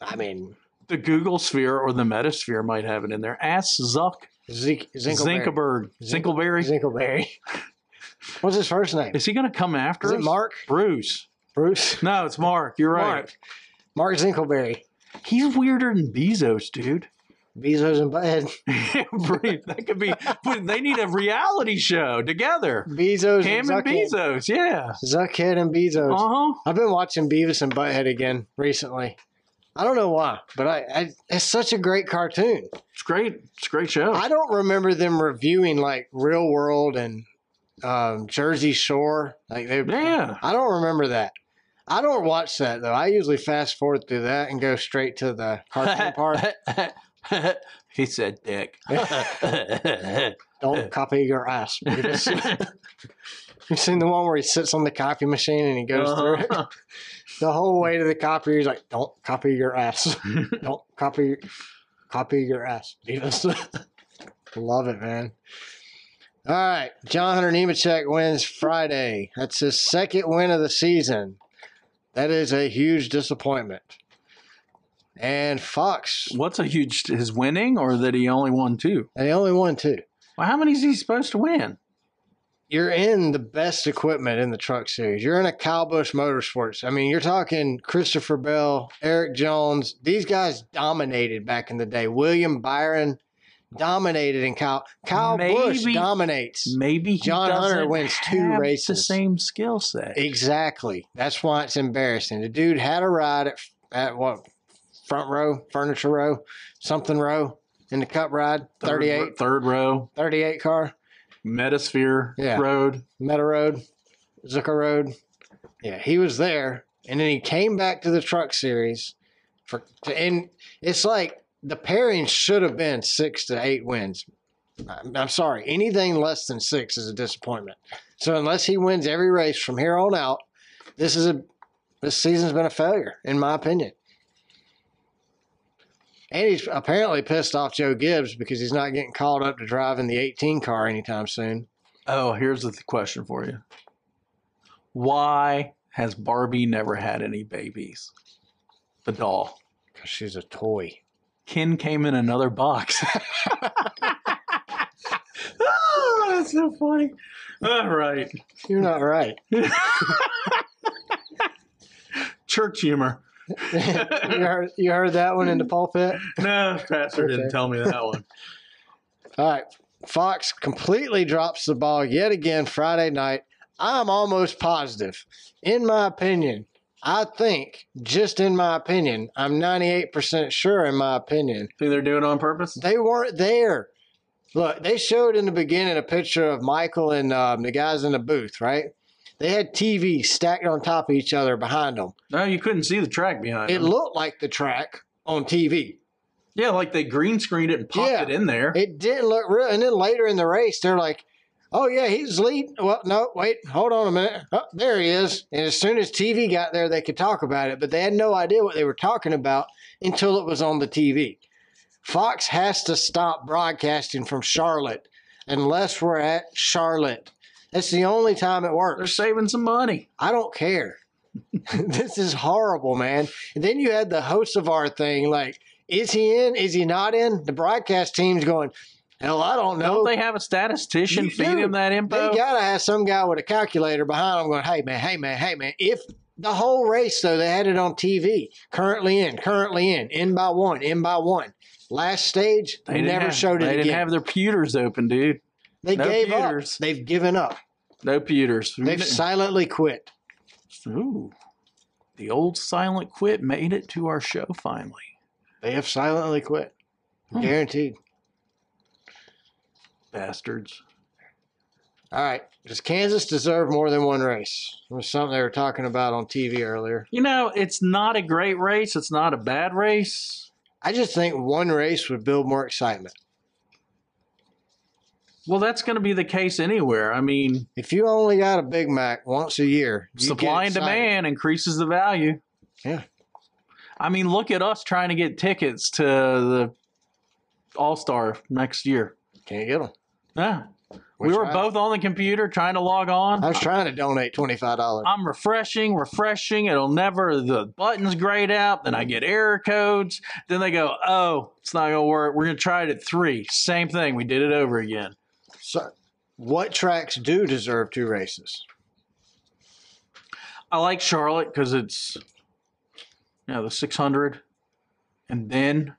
I mean,
The Google sphere or the Metasphere might have it in there. Ask Zuck
Zeke, Zinkelberry.
Zinkelberg.
Zink-
Zinkelberry.
Zinkelberry. What's his first name?
Is he going to come after
Is it
us?
Mark?
Bruce.
Bruce?
No, it's Mark. You're right.
Mark. Mark Zinkelberry.
He's weirder than Bezos, dude.
Bezos and Butthead.
Brief. that could be. but they need a reality show together.
Bezos
Him and
and Zuckhead.
Bezos. Yeah.
Zuckhead and Bezos.
Uh huh.
I've been watching Beavis and Butthead again recently. I don't know why, but I, I it's such a great cartoon.
It's great. It's a great show.
I don't remember them reviewing like Real World and um, Jersey Shore. Like they,
yeah.
I don't remember that. I don't watch that though. I usually fast forward through that and go straight to the cartoon part.
he said, "Dick."
Don't copy your ass. Beavis. You've seen the one where he sits on the copy machine and he goes through it
Uh-huh.
the whole way to the copier. He's like, "Don't copy your ass. Don't copy, copy your ass." Beavis. Love it, man. All right, John Hunter Nemechek wins Friday. That's his second win of the season. That is a huge disappointment. And Fox,
What's a huge? His winning, or that he only won two?
and he only won two.
Well, how many is he supposed to win?
you're in the best equipment in the truck series. You're in a Kyle Busch Motorsports. I mean, you're talking Christopher Bell, Eric Jones. These guys dominated back in the day. William Byron dominated in Kyle. Kyle Busch
Maybe-
dominates.
Maybe he
John Hunter
doesn't
wins two
have The
races.
same skill set.
Exactly. That's why it's embarrassing. The dude had a ride at, at what? Front row, furniture row, something row in the cup ride,
Third-
38,
third row,
38 car.
Metasphere
Yeah.
Road.
Meta Road, Zucker Road. Yeah, he was there, and then he came back to the Truck Series for, and it's like the pairing should have been six to eight wins. I'm, I'm sorry, anything less than six is a disappointment. So unless he wins every race from here on out, this is a this season's been a failure, in my opinion. And he's apparently pissed off Joe Gibbs because he's not getting called up to drive in the 18 car anytime soon.
Oh, here's the th- question for you. Why has Barbie never had any babies? The doll.
Because she's a toy.
Ken came in another box. oh, that's so funny. All right.
You're not right.
Church humor.
you, heard, you heard that one in the pulpit?
No, Pastor didn't
Okay.
tell me that one.
All right. Fox completely drops the ball yet again Friday night. I'm almost positive. In my opinion, I think, just in my opinion, I'm 98% sure in my opinion,
Think they're doing it on purpose?
they weren't there. Look, they showed in the beginning a picture of Michael and um, the guys in the booth, right? They had TV stacked on top of each other behind them.
No, you couldn't see the track behind
It
him.
looked like the track on TV.
yeah, like they green screened it and popped
Yeah.
it in there.
It didn't look real. And then later in the race, they're like, oh, yeah, he's leading. Well, no, wait, hold on a minute. Oh, there he is. And as soon as TV got there, they could talk about it, but they had no idea what they were talking about until it was on the TV. Fox has to stop broadcasting from Charlotte unless we're at Charlotte. That's the only time it works.
They're saving some money.
I don't care. this is horrible, man. And then you had the host of our thing, like, is he in? Is he not in? The broadcast team's going, hell, I don't know.
Don't they have a statistician
Oh. You
feed
do.
him that
they
info?
gotta have some guy with a calculator behind them going, hey man, hey man, hey man. If the whole race though, they had it on TV. Currently in, currently in, in by one, in by one. Last stage,
They
they
didn't
never
have-
showed it
They
again.
didn't have their pewters open, dude.
they
no
gave
computers.
up. They've given up.
No pewters.
They've silently quit.
Ooh. The old silent quit made it to our show finally.
They have silently quit.
Hmm.
Guaranteed.
Bastards.
All right. Does Kansas deserve more than one race? It was something they were talking about on TV earlier.
You know, it's not a great race. It's not a bad race.
I just think one race would build more excitement.
Well, that's going to be the case anywhere. I mean,
If you only got a Big Mac once a year, you
supply and
get excited.
demand increases the value.
Yeah.
I mean, look at us trying to get tickets to the All Star next year.
Can't get them.
Yeah. we were both on the computer trying to log on.
I was trying to donate twenty five dollars.
I'm refreshing, refreshing. It'll never, the buttons grayed out. Then I get error codes. Then they go, oh, it's not going to work. We're going to try it at three. Same thing. We did it over again.
So, what tracks do deserve two races?
I like Charlotte because it's, you know, the 600 and then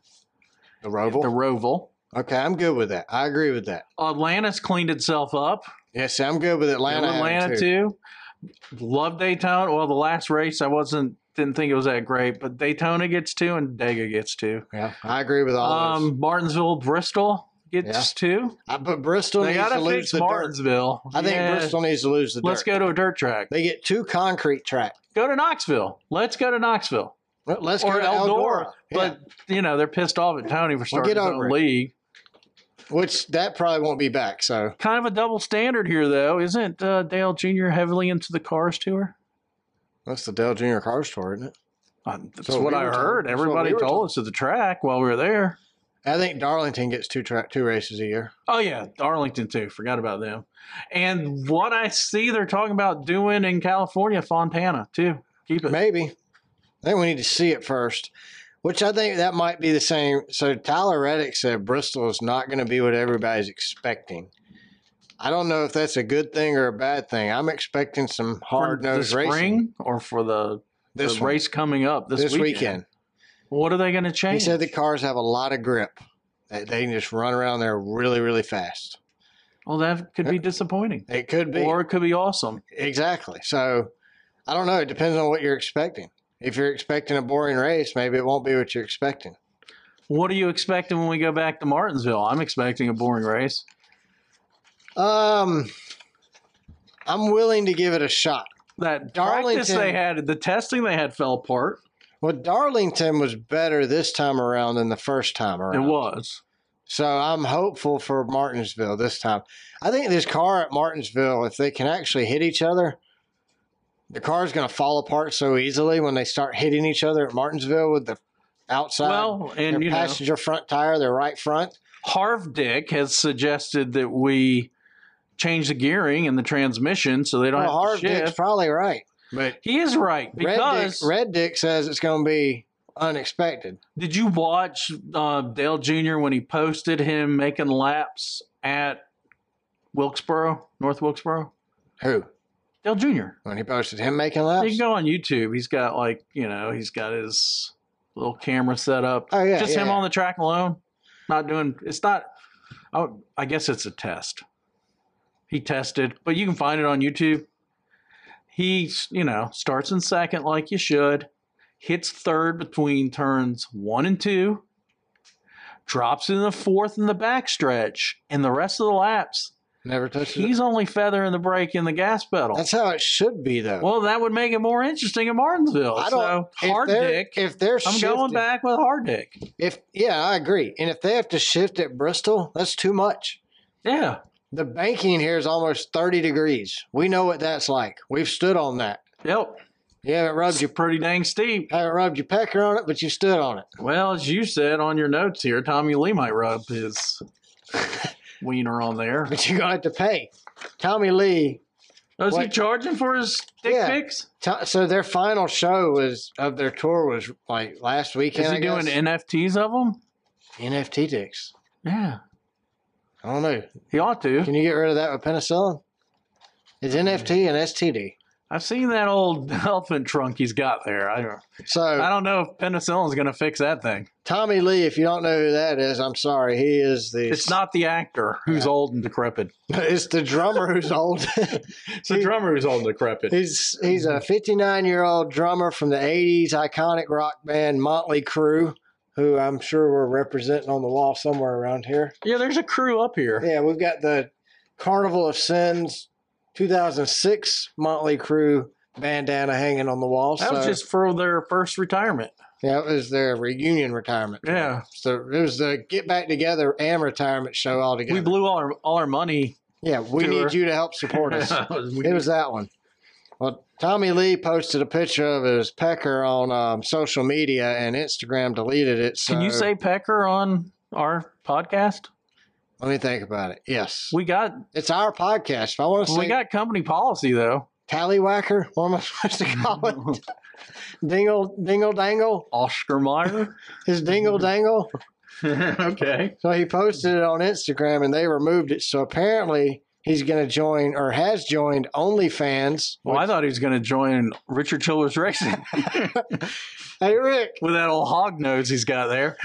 The Roval.
the Roval.
okay, I'm good with that. I agree with that.
Atlanta's cleaned itself up.
Yes, I'm good with Atlanta. having
Atlanta
two.
too. Love Daytona. Well, the last race I wasn't didn't think it was that great, but Daytona gets two and Dega gets two.
Yeah, I agree with all um, those.
Um, Martinsville, Bristol gets
Yeah.
two.
I, but Bristol
They
needs
gotta
to lose
fix
the dirt.
Martinsville.
I think
Yeah.
Bristol needs to lose the
Let's
dirt.
go to a dirt track.
They get two concrete tracks.
Go to Knoxville. Let's go to Knoxville
Well, Let's
or
go to Eldora,
Eldora. But you know they're pissed off at Tony for starting
get
his
over
own
it.
league.
Yeah. which that probably won't be back. So
Kind of a double standard here, though, isn't uh, Dale Jr. heavily into the Cars tour?
that's the Dell Junior Cars Tour, isn't it?
Uh, That's
So
what
we
I
were told-
heard.
that's what
Everybody
we were
told
told.
us at the track while we were there.
I think Darlington gets two tra- two races a year.
Oh yeah, Arlington too. Forgot about them. And what I see they're talking about doing in California, Fontana too. Keep it.
Maybe. I think we need to see it first. Which I think that might be the same. So Tyler Reddick said Bristol is not going to be what everybody's expecting. I don't know if that's a good thing or a bad thing. I'm expecting some
for
hard
the
nosed racing
spring or for the,
this
the
one-
race coming up this,
this, weekend.
What are they going to
He
change?
said the cars have a lot of grip. They, they can just run around there really, really fast.
well, that could be disappointing,
It could be.
or it could be awesome.
Exactly. So I don't know. It depends on what you're expecting. If you're expecting a boring race, maybe it won't be what you're expecting.
What are you expecting when we go back to Martinsville? I'm expecting a boring race.
Um, I'm willing to give it a shot.
That practice
Darlington-
they had, the testing they had, fell apart.
Well, Darlington was better this time around than the first time
It
around.
was.
So I'm hopeful for Martinsville this time. I think this car at Martinsville, if they can actually hit each other, the car's going to fall apart so easily when they start hitting each other at Martinsville with the outside,
well,
their
and you know,
passenger front tire, their right front.
Harv Dick has suggested that we change the gearing and the transmission so they don't
Well,
have
Harv
to
Dick's
shift.
probably right. But
He is right
Red
because
Dick, Red Dick says it's going to be unexpected.
did you watch uh, Dale Jr. when he posted him making laps at Wilkesboro, North Wilkesboro?
Who?
Dale Jr.
When he posted him making laps?
You can go on YouTube. He's got like you know he's got his little camera set up.
Oh, yeah,
just
yeah,
him
yeah.
on the track alone. Not doing. It's not. I, would- I guess it's a test. He tested, but you can find it on YouTube. He you know starts in second like you should, hits third between turns one and two, drops it in the fourth in the backstretch, and the rest of the laps,
Never touched it.
he's only feathering the brake in the gas pedal.
That's how it should be, though.
well, that would make it more interesting in Martinsville.
I
so
don't.
hard
if they're,
dick.
If they're
I'm going
shifting-
back with hard dick.
If yeah, I agree. And if they have to shift at Bristol, that's too much.
Yeah.
The banking here is almost thirty degrees. We know what that's like. We've stood on that.
Yep.
You haven't rubbed
It's
your
pretty dang steep.
haven't rubbed your pecker on it, but you stood on it.
Well, as you said on your notes here, Tommy Lee might rub his wiener on there. Oh,
But you're gonna have to pay. Tommy Lee.
Is he
What?
charging for his dick
Yeah.
pics?
To- so their final show was of their tour was like last weekend.
Is he
I
doing
guess.
NFTs of them?
NFT dicks?
Yeah.
I don't know.
He ought to.
Can you get rid of that with penicillin? Is NFT an STD?
I've seen that old elephant trunk he's got there. I don't,
So
I don't know if penicillin's going to fix that thing.
Tommy Lee, if you don't know who that is, I'm sorry. He is the
It's not the actor who's old and decrepit.
it's the drummer who's old.
It's the drummer who's old and decrepit.
he's he's a 59 year old drummer from the 80s iconic rock band Motley Crue, who I'm sure we're representing on the wall somewhere around here.
Yeah, there's a crew up here.
Yeah, we've got the Carnival of Sins 2006 Motley Crue bandana hanging on the wall.
That was
so-
just for their first retirement.
yeah, it was their reunion retirement.
Yeah.
So it was the get back together and retirement show all together.
We blew all our, all our money.
yeah, we
tour.
need you to help support us. It
We-
was that one. Well, Tommy Lee posted a picture of his pecker on um, social media, and Instagram deleted it. So
Can you say Pecker on our podcast?
Let me think about it. Yes,
We got
it's our podcast. If I want to
we
say
got company policy though.
tallywhacker, what am I supposed to call it? dingle, dingle, dangle.
Oscar Mayer.
His dingle, dangle.
okay.
So he posted it on Instagram, and they removed it. So apparently, he's going to join or has joined OnlyFans.
Well, I thought he was going to join Richard Childress Racing
Hey, Rick,
with that old hog nose he's got there.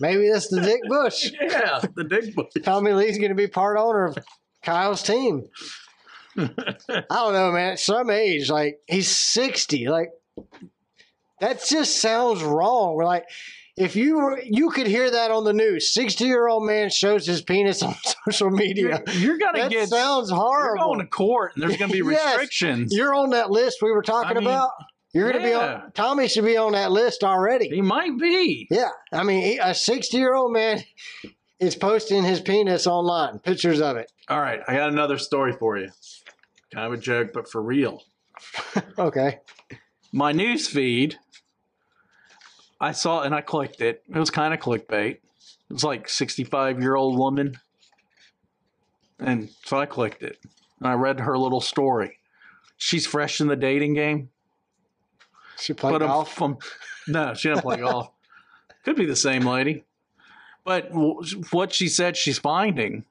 maybe that's the Dick Bush.
Yeah, the dick boy.
Tommy Lee's going to be part owner of Kyle's team. I don't know, man. At some age, like he's sixty, like that just sounds wrong. We're like, if you were, you could hear that on the news, sixty-year-old man shows his penis on social media.
You're, you're gonna
That
get.
sounds
You're
horrible.
going to court, and there's gonna be
Yes.
restrictions.
You're on that list we were talking
I mean,
about. You're going to be
yeah.
on. Tommy should be on that list already.
He might be.
Yeah, I mean, he- a sixty-year-old man is posting his penis online, pictures of it.
All right, I got another story for you. Kind of a joke, but for real.
Okay,
my news feed, I saw and I clicked it. It was kind of clickbait. It was like 65 year old woman. And so I clicked it. And I read her little story. She's fresh in the dating game.
she played
but I'm-
golf.
I'm- no, she didn't play golf. Could be the same lady. But w- what she said she's finding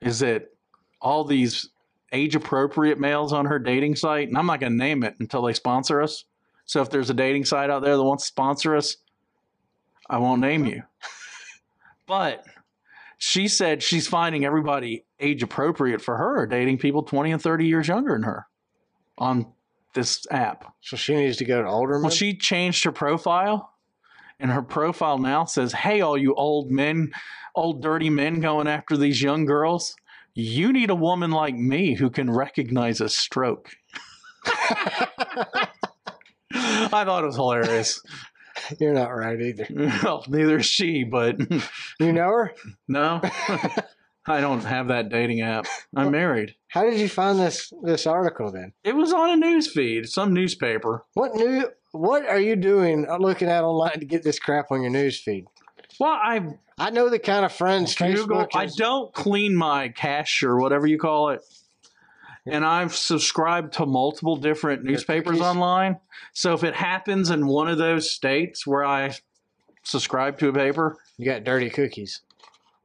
is that all these age appropriate males on her dating site, and I'm not going to name it until they sponsor us. So if there's a dating site out there that wants to sponsor us, I won't name you. But she said she's finding everybody age appropriate for her, dating people 20 and 30 years younger than her on this app.
So she needs to go to Alderman.
Well, she changed her profile, and her profile now says, "Hey, all you old men, old dirty men going after these young girls, you need a woman like me who can recognize a stroke." I thought it was hilarious.
You're not right either.
well, neither is she, but
You know her?
no, I don't have that dating app. I'm married.
How did you find this this article then?
It was on a news feed, some newspaper.
What new? What are you doing? uh, Looking at online to get this crap on your news feed?
Well, I
I know the kind of friends
Google.
Facebook.
I
is-
don't clean my cache or whatever you call it. And I've subscribed to multiple different newspapers
cookies.
online. So if it happens in one of those states where I subscribe to a paper,
You got dirty cookies.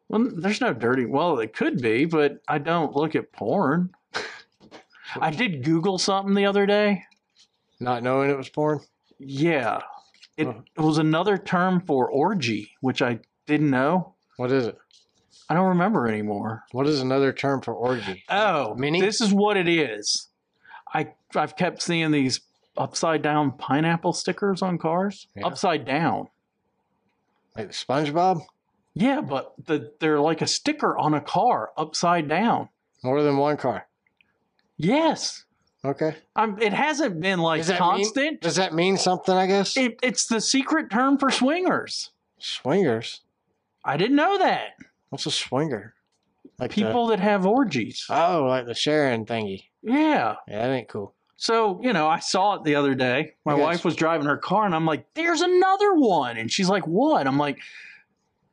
well, there's no dirty. Well, it could be, but I don't look at porn. I did Google something the other day.
Not knowing it was porn.
Yeah. It,
Huh.
it was another term for orgy, which I didn't know.
What is it?
I don't remember anymore.
What is another term for orgy?
Oh,
Mini?
this is what it is. I I've kept seeing these upside down pineapple stickers on cars.
Yeah.
Upside down.
Like SpongeBob?
Yeah, but the, they're like a sticker on a car upside down.
More than one car.
Yes.
Okay.
Um, it hasn't been like
Does that mean-
constant.
Does that mean something, I guess?
It, it's the secret term for swingers.
Swingers.
I didn't know that.
What's a swinger? Like the-
People that have orgies.
oh, like the Sharon thingy.
Yeah.
Yeah, that ain't cool.
So, you know, I saw it the other day. My
Yes.
wife was driving her car and I'm like, there's another one. And she's like, what? I'm like,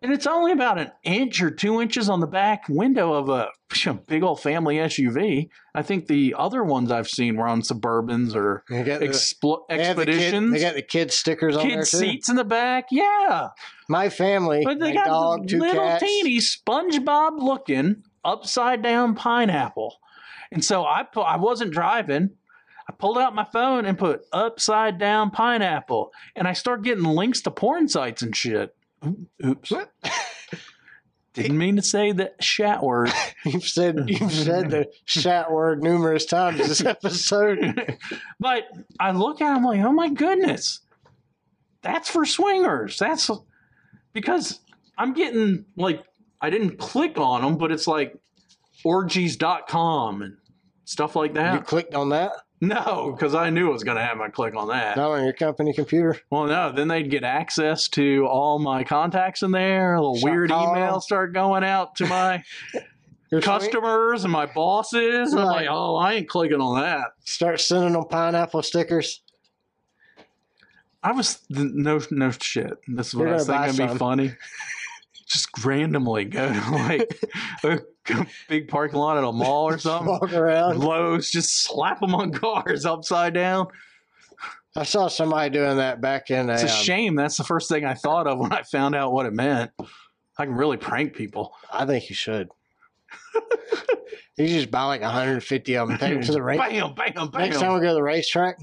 and it's only about an inch or two inches on the back window of a big old family SUV. I think the other ones I've seen were on Suburbans or
They got the-
expl-
they have the kid-
Expeditions.
They got the kid stickers on there
Kid
too.
seats in the back. Yeah.
My family,
But they
my
got
dog,
the
two
little
cats.
teeny SpongeBob looking upside down pineapple. And so I pu- I wasn't driving. I pulled out my phone and put upside down pineapple, and I start getting links to porn sites and shit. Oop- Oops.
What?
Didn't mean to say that shat word.
You've said you've said the shat word numerous times this episode.
but I look at him like, oh my goodness, that's for swingers. That's because I'm getting like, I didn't click on them, but it's like orgies.com and stuff like
You
that.
clicked on that?
No, because I knew I was going to have my click on that.
Not on your company computer.
Well, no, then they'd get access to all my contacts in there. A little
Shut
weird
up.
emails start going out to my
Your swing-
customers and my bosses. I'm
Right.
like, oh, I ain't clicking on that.
Start sending them pineapple stickers.
I was th- no no shit. This is what
You're
I was
gonna buy
thinking would
some.
be funny. Just randomly go to like a big parking lot at a mall or something.
Walk around.
Lowe's, just slap them on cars upside down.
I saw somebody doing that back in a,
It's a
um,
shame. That's the first thing I thought of when I found out what it meant. I can really prank people.
I think you should. you just buy like 150 of them, take them to the race.
Bam, bam,
Next time
bam.
we go to the racetrack,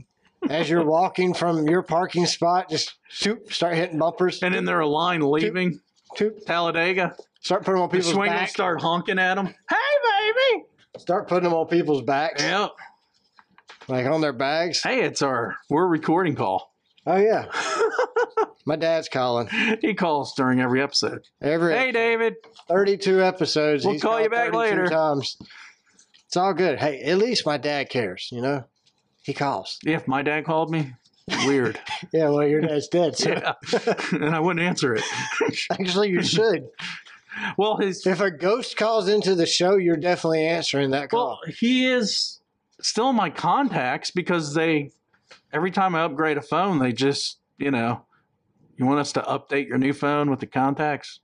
as you're walking from your parking spot, just shoot, start hitting bumpers.
And then they're a line leaving
toot,
Talladega.
start putting 'em on
The
people's
swingers
back.
start honking at them. Hey, baby.
Start putting them on people's backs,
Yep.
like on their bags.
Hey, it's our we're recording call.
Oh yeah, my dad's calling
he calls during every episode.
every
Hey, David.
32 episodes.
We'll
he's
call you
called
back
32
later.
Times. It's all good. Hey, at least my dad cares. You know, he calls.
If my dad called me, weird.
Yeah, well, your dad's dead, so
yeah. and I wouldn't answer it.
actually you should.
Well, his
If a ghost calls into the show, you're definitely answering that
well,
call.
he is still in my contacts because they every time I upgrade a phone, they just, you know, you want us to update your new phone with the contacts?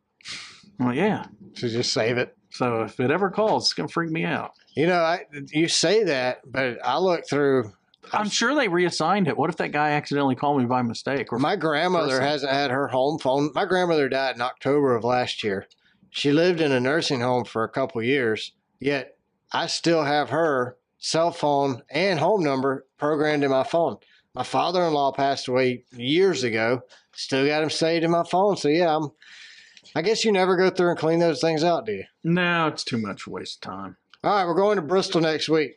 Well, yeah.
So just save it.
So if it ever calls, it's gonna freak me out.
You know, I you say that, but I look through.
I'm sure they reassigned it. What if that guy accidentally called me by mistake? Or
My grandmother
Person.
hasn't had her home phone. My grandmother died in October of last year. She lived in a nursing home for a couple years. Yet I still have her cell phone and home number programmed in my phone. My father-in-law passed away years ago. Still got him saved in my phone. So yeah, I'm. I guess you never go through and clean those things out, do you?
no, it's too much waste of time.
All right, we're going to Bristol next week.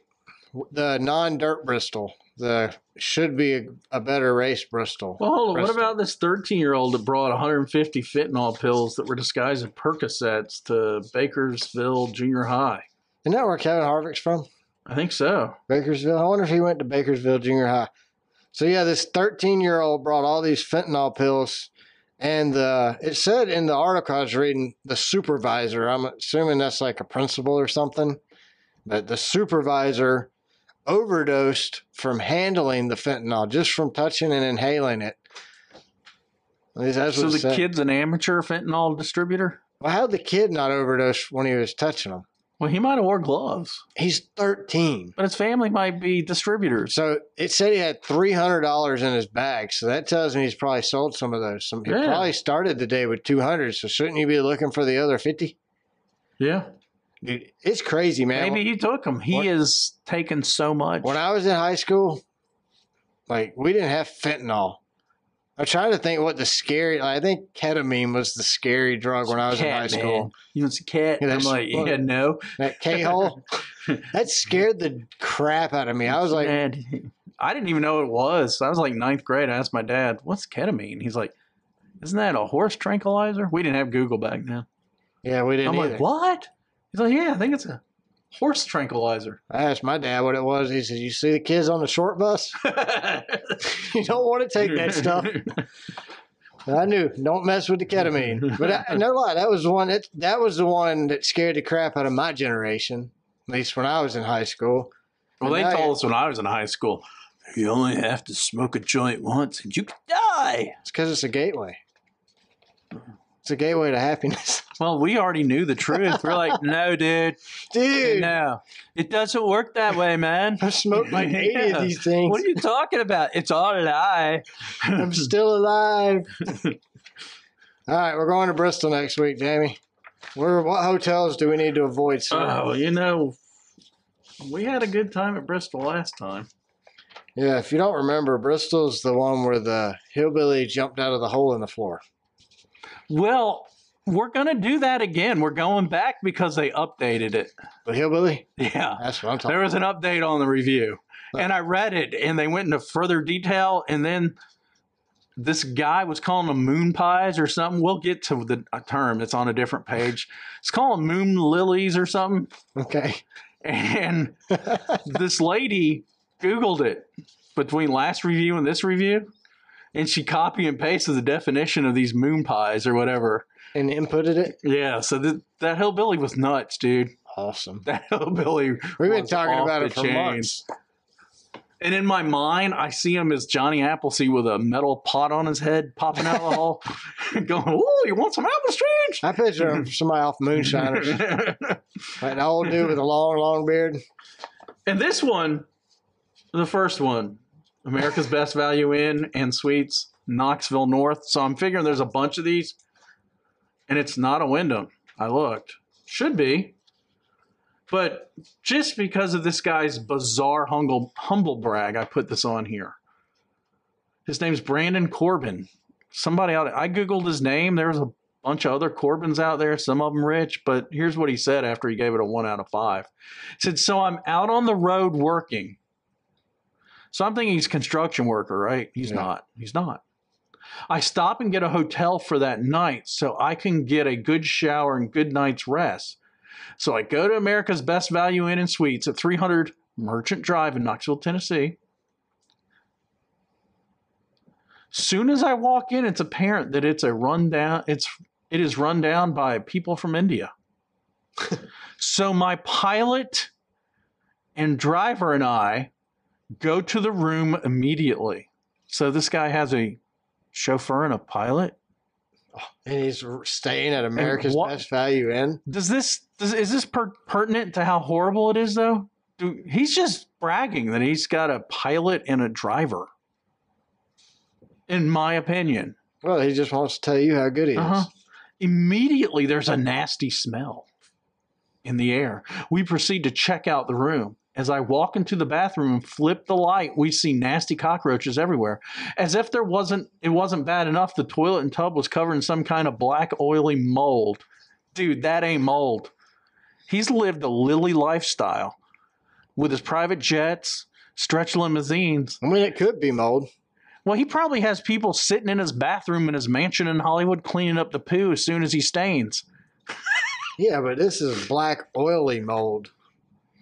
The non-dirt Bristol. The should be a, a better race Bristol.
Well, hold on. What
Bristol.
about this 13 year old that brought 150 fentanyl pills that were disguised as Percocets to Bakersville Junior High?
Isn't that where Kevin Harvick's from?
I think so.
Bakersville. I wonder if he went to Bakersville Junior High. So yeah, this 13-year-old brought all these fentanyl pills, and uh, it said in the article I was reading, the supervisor. I'm assuming that's like a principal or something, but the supervisor overdosed from handling the fentanyl, just from touching and inhaling it. At least that's
so
what it
the
said.
kid's an amateur fentanyl distributor?
well, how'd the kid not overdose when he was touching them?
Well, he might have wore gloves,
He's 13.
but his family might be distributors.
So it said he had three hundred dollars in his bag. So that tells me he's probably sold some of those. Some he
Yeah.
probably started the day with two hundred. So shouldn't you be looking for the other fifty?
Yeah.
Dude, it's crazy, man.
Maybe he took them. He
What-
is taking so much.
When I was in high school, like we didn't have fentanyl. I'm trying to think what the scary. I think ketamine was the scary drug when I was in high school.
You know, it's a cat.
Yeah,
I'm
that's-
like, yeah, no.
That K hole, that scared the crap out of me. I was like,
Man, I didn't even know what it was. I was like ninth grade. I asked my dad, "What's ketamine?" He's like, Isn't that a horse tranquilizer? We didn't have Google back then.
Yeah, we didn't
I'm
either.
like, what? He's like, yeah, I think it's a horse tranquilizer.
I asked my dad what it was. He said, "You see the kids on the short bus? you don't want to take that stuff." And I knew, don't mess with the ketamine. But I, no lie, that was the one that that was the one that scared the crap out of my generation. At least when I was in high school.
Well, they
Now you-
told us when I was in high school, you only have to smoke a joint once and you can die.
It's because it's a gateway. It's a gateway to happiness,
Well, we already knew the truth. We're like, no, dude,
dude.
no, it doesn't work that way, man.
I've smoked like eighty
Yeah.
of these things.
What are you talking about? It's all a lie.
I'm still alive. All right, we're going to Bristol next week, Jamie. Where, what hotels do we need to avoid? Sir?
Oh, you know, we had a good time at Bristol last time.
Yeah, if you don't remember, Bristol's the one where the hillbilly jumped out of the hole in the floor.
Well, we're going to do that again. We're going back because they updated it.
The hillbilly?
Yeah.
That's what I'm talking
There was an update on the review, and I read it, and they went into further detail. And then this guy was calling them moon pies or something. We'll get to the a term that's on a different page. It's calling moon lilies or something.
Okay.
And this lady Googled it between last review and this review, and she copy and pasted the definition of these moon pies or whatever.
and inputted it?
Yeah, so th- that hillbilly was nuts, dude.
Awesome.
That hillbilly
We've been
was
talking
off
about
the
it for
chain.
months.
And in my mind, I see him as Johnny Appleseed with a metal pot on his head popping out of the hole, going, "Oh, you want some apple strange?"
I picture him somebody off Moonshiners. like an old dude with a long, long beard.
and this one, the first one, America's Best Value Inn and Suites, Knoxville North. So I'm figuring there's a bunch of these, and it's not a Wyndham. I looked, should be, but just because of this guy's bizarre humble humble brag, I put this on here. His name's Brandon Corbin. Somebody out. I googled his name. There was a bunch of other Corbins out there. Some of them rich, but here's what he said after he gave it a one out of five. He said, "So I'm out on the road working." So I'm thinking he's a construction worker, right? He's
Yeah.
not. He's not. I stop and get a hotel for that night so I can get a good shower and good night's rest. So I go to America's Best Value Inn and Suites at 300 Merchant Drive in Knoxville, Tennessee. Soon as I walk in, it's apparent that it's a rundown. It's it is run down by people from India. so my pilot and driver and I go to the room immediately. So this guy has a chauffeur and a pilot.
And he's r- staying at America's
what-
Best Value Inn.
Does this does, is this per- pertinent to how horrible it is though? Do, he's just bragging that he's got a pilot and a driver. In my opinion,
Well, he just wants to tell you how good he
Uh-huh.
is.
immediately there's a nasty smell in the air. We proceed to check out the room. As I walk into the bathroom and flip the light, we see nasty cockroaches everywhere. As if there wasn't it wasn't bad enough, the toilet and tub was covered in some kind of black oily mold. Dude, that ain't mold. He's lived a lily lifestyle with his private jets, stretch limousines.
I mean, it could be mold.
Well, he probably has people sitting in his bathroom in his mansion in Hollywood cleaning up the poo as soon as he stains.
Yeah, but this is black, oily mold.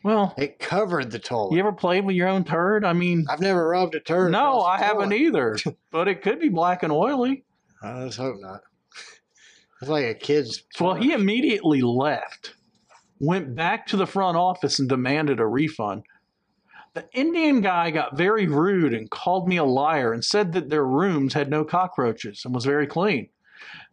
Well,
It covered the toilet.
you ever played with your own turd? I mean,
I've never rubbed a turd.
no,
across
I
the
haven't
toilet.
either, but it could be black and oily.
Uh, let's hope not. It's like a kid's.
Well, he immediately left, went back to the front office and demanded a refund. The Indian guy got very rude and called me a liar and said that their rooms had no cockroaches and was very clean.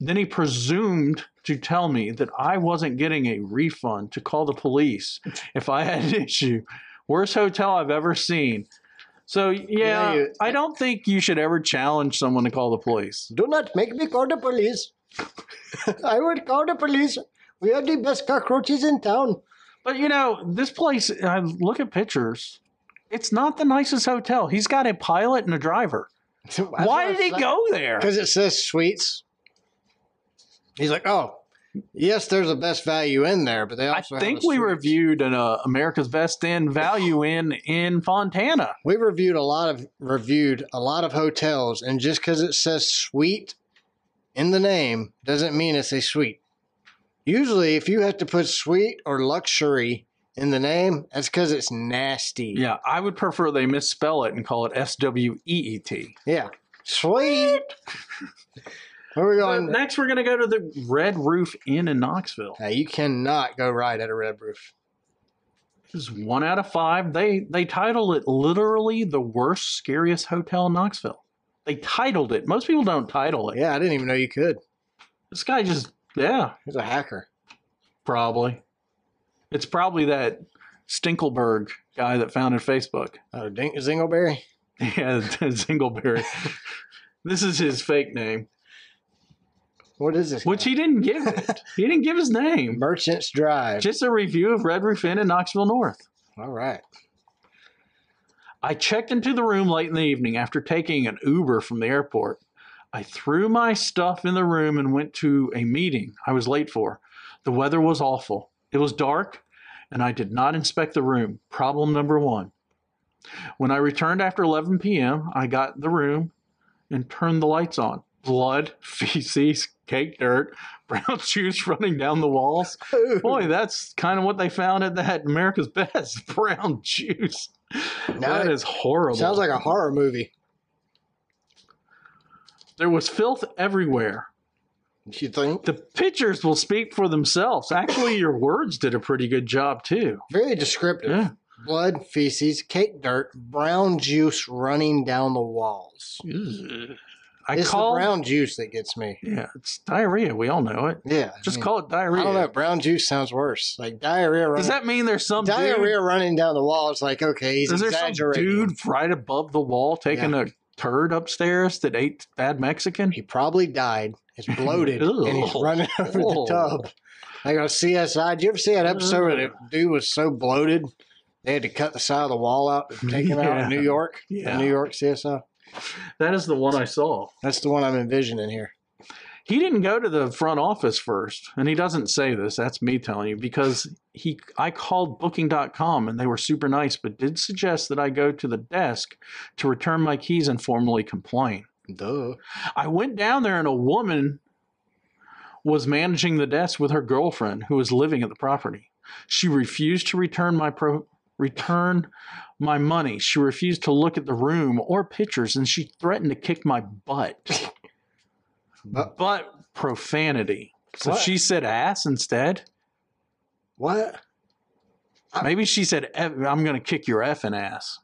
Then he presumed to tell me that I wasn't getting a refund to call the police if I had an issue. Worst hotel I've ever seen. So, yeah,
you-
I don't think you should ever challenge someone to call the police.
Do not make me call the police. I will call the police. We are the best cockroaches in town.
But you know, this place, I look at pictures. It's not the nicest hotel. He's got a pilot and a driver. Why did he go there?
Because it says sweets. He's like, oh, yes, there's a best value in there, but they
I
also have
think
a
we
sweets."
reviewed an uh, America's Best Inn Value Inn in Fontana.
we reviewed a lot of reviewed a lot of hotels, and just because it says sweet in the name doesn't mean it's a suite. Usually, if you have to put suite or luxury in the name, that's because it's nasty.
Yeah, I would prefer they misspell it and call it S W E E T.
Yeah. Sweet. Where are we
So
going?
next, we're going to go to the Red Roof Inn in Knoxville.
Now, you cannot go right at a red roof.
This is one out of five. They they title it literally the worst, scariest hotel in Knoxville. They titled it. Most people don't title it.
Yeah, I didn't even know you could.
This guy just yeah,
He's a hacker.
probably. It's probably that Stinkelberg guy that founded Facebook.
Oh, Dink Zingleberry.
Yeah, Zingleberry. this is his fake name,
What is this?
which
guy?
he didn't give it. he didn't give his name.
Merchants Drive.
Just a review of Red Roof Inn in Knoxville North.
All right.
I checked into the room late in the evening after taking an Uber from the airport. I threw my stuff in the room and went to a meeting I was late for. The weather was awful. It was dark, and I did not inspect the room. Problem number one. When I returned after 11 p.m., I got the room and turned the lights on. Blood, feces, cake dirt, brown juice running down the walls. Boy, that's kind of what they found at that America's Best brown juice.
Now
that
it
is horrible.
Sounds like a horror movie.
there was filth everywhere.
You think?
The pictures will speak for themselves. Actually, your words did a pretty good job too.
Very descriptive.
Yeah,
Blood, feces, cake dirt, brown juice running down the walls.
I
it's
call.
the brown juice that gets me.
yeah, it's diarrhea. We all know it.
Yeah. I
Just
mean,
call it diarrhea.
I don't know. Brown juice sounds worse. Like diarrhea running.
Does that mean there's some
diarrhea running down the wall is like okay, he's
Dude, is there some
exaggerating.
dude right above the wall taking a turd upstairs that ate bad Mexican?
He probably died. He's bloated
Ew.
and he's running over
Ew.
the tub. Like on CSI, did you ever see that episode where the dude was so bloated they had to cut the side of the wall out and take him out
Yeah.
in New York? The
Yeah.
New York CSI.
That is the one I saw.
That's the one I'm envisioning here.
He didn't go to the front office first, and he doesn't say this. That's me telling you because he I called booking.com and they were super nice but did suggest that I go to the desk to return my keys and formally complain.
Duh.
I went down there and a woman was managing the desk with her girlfriend who was living at the property. She refused to return my pro return my money. She refused to look at the room or pictures and she threatened to kick my butt.
But-
but profanity. So
What?
she said ass instead.
What?
Maybe she said "F- I'm going to kick your effing ass.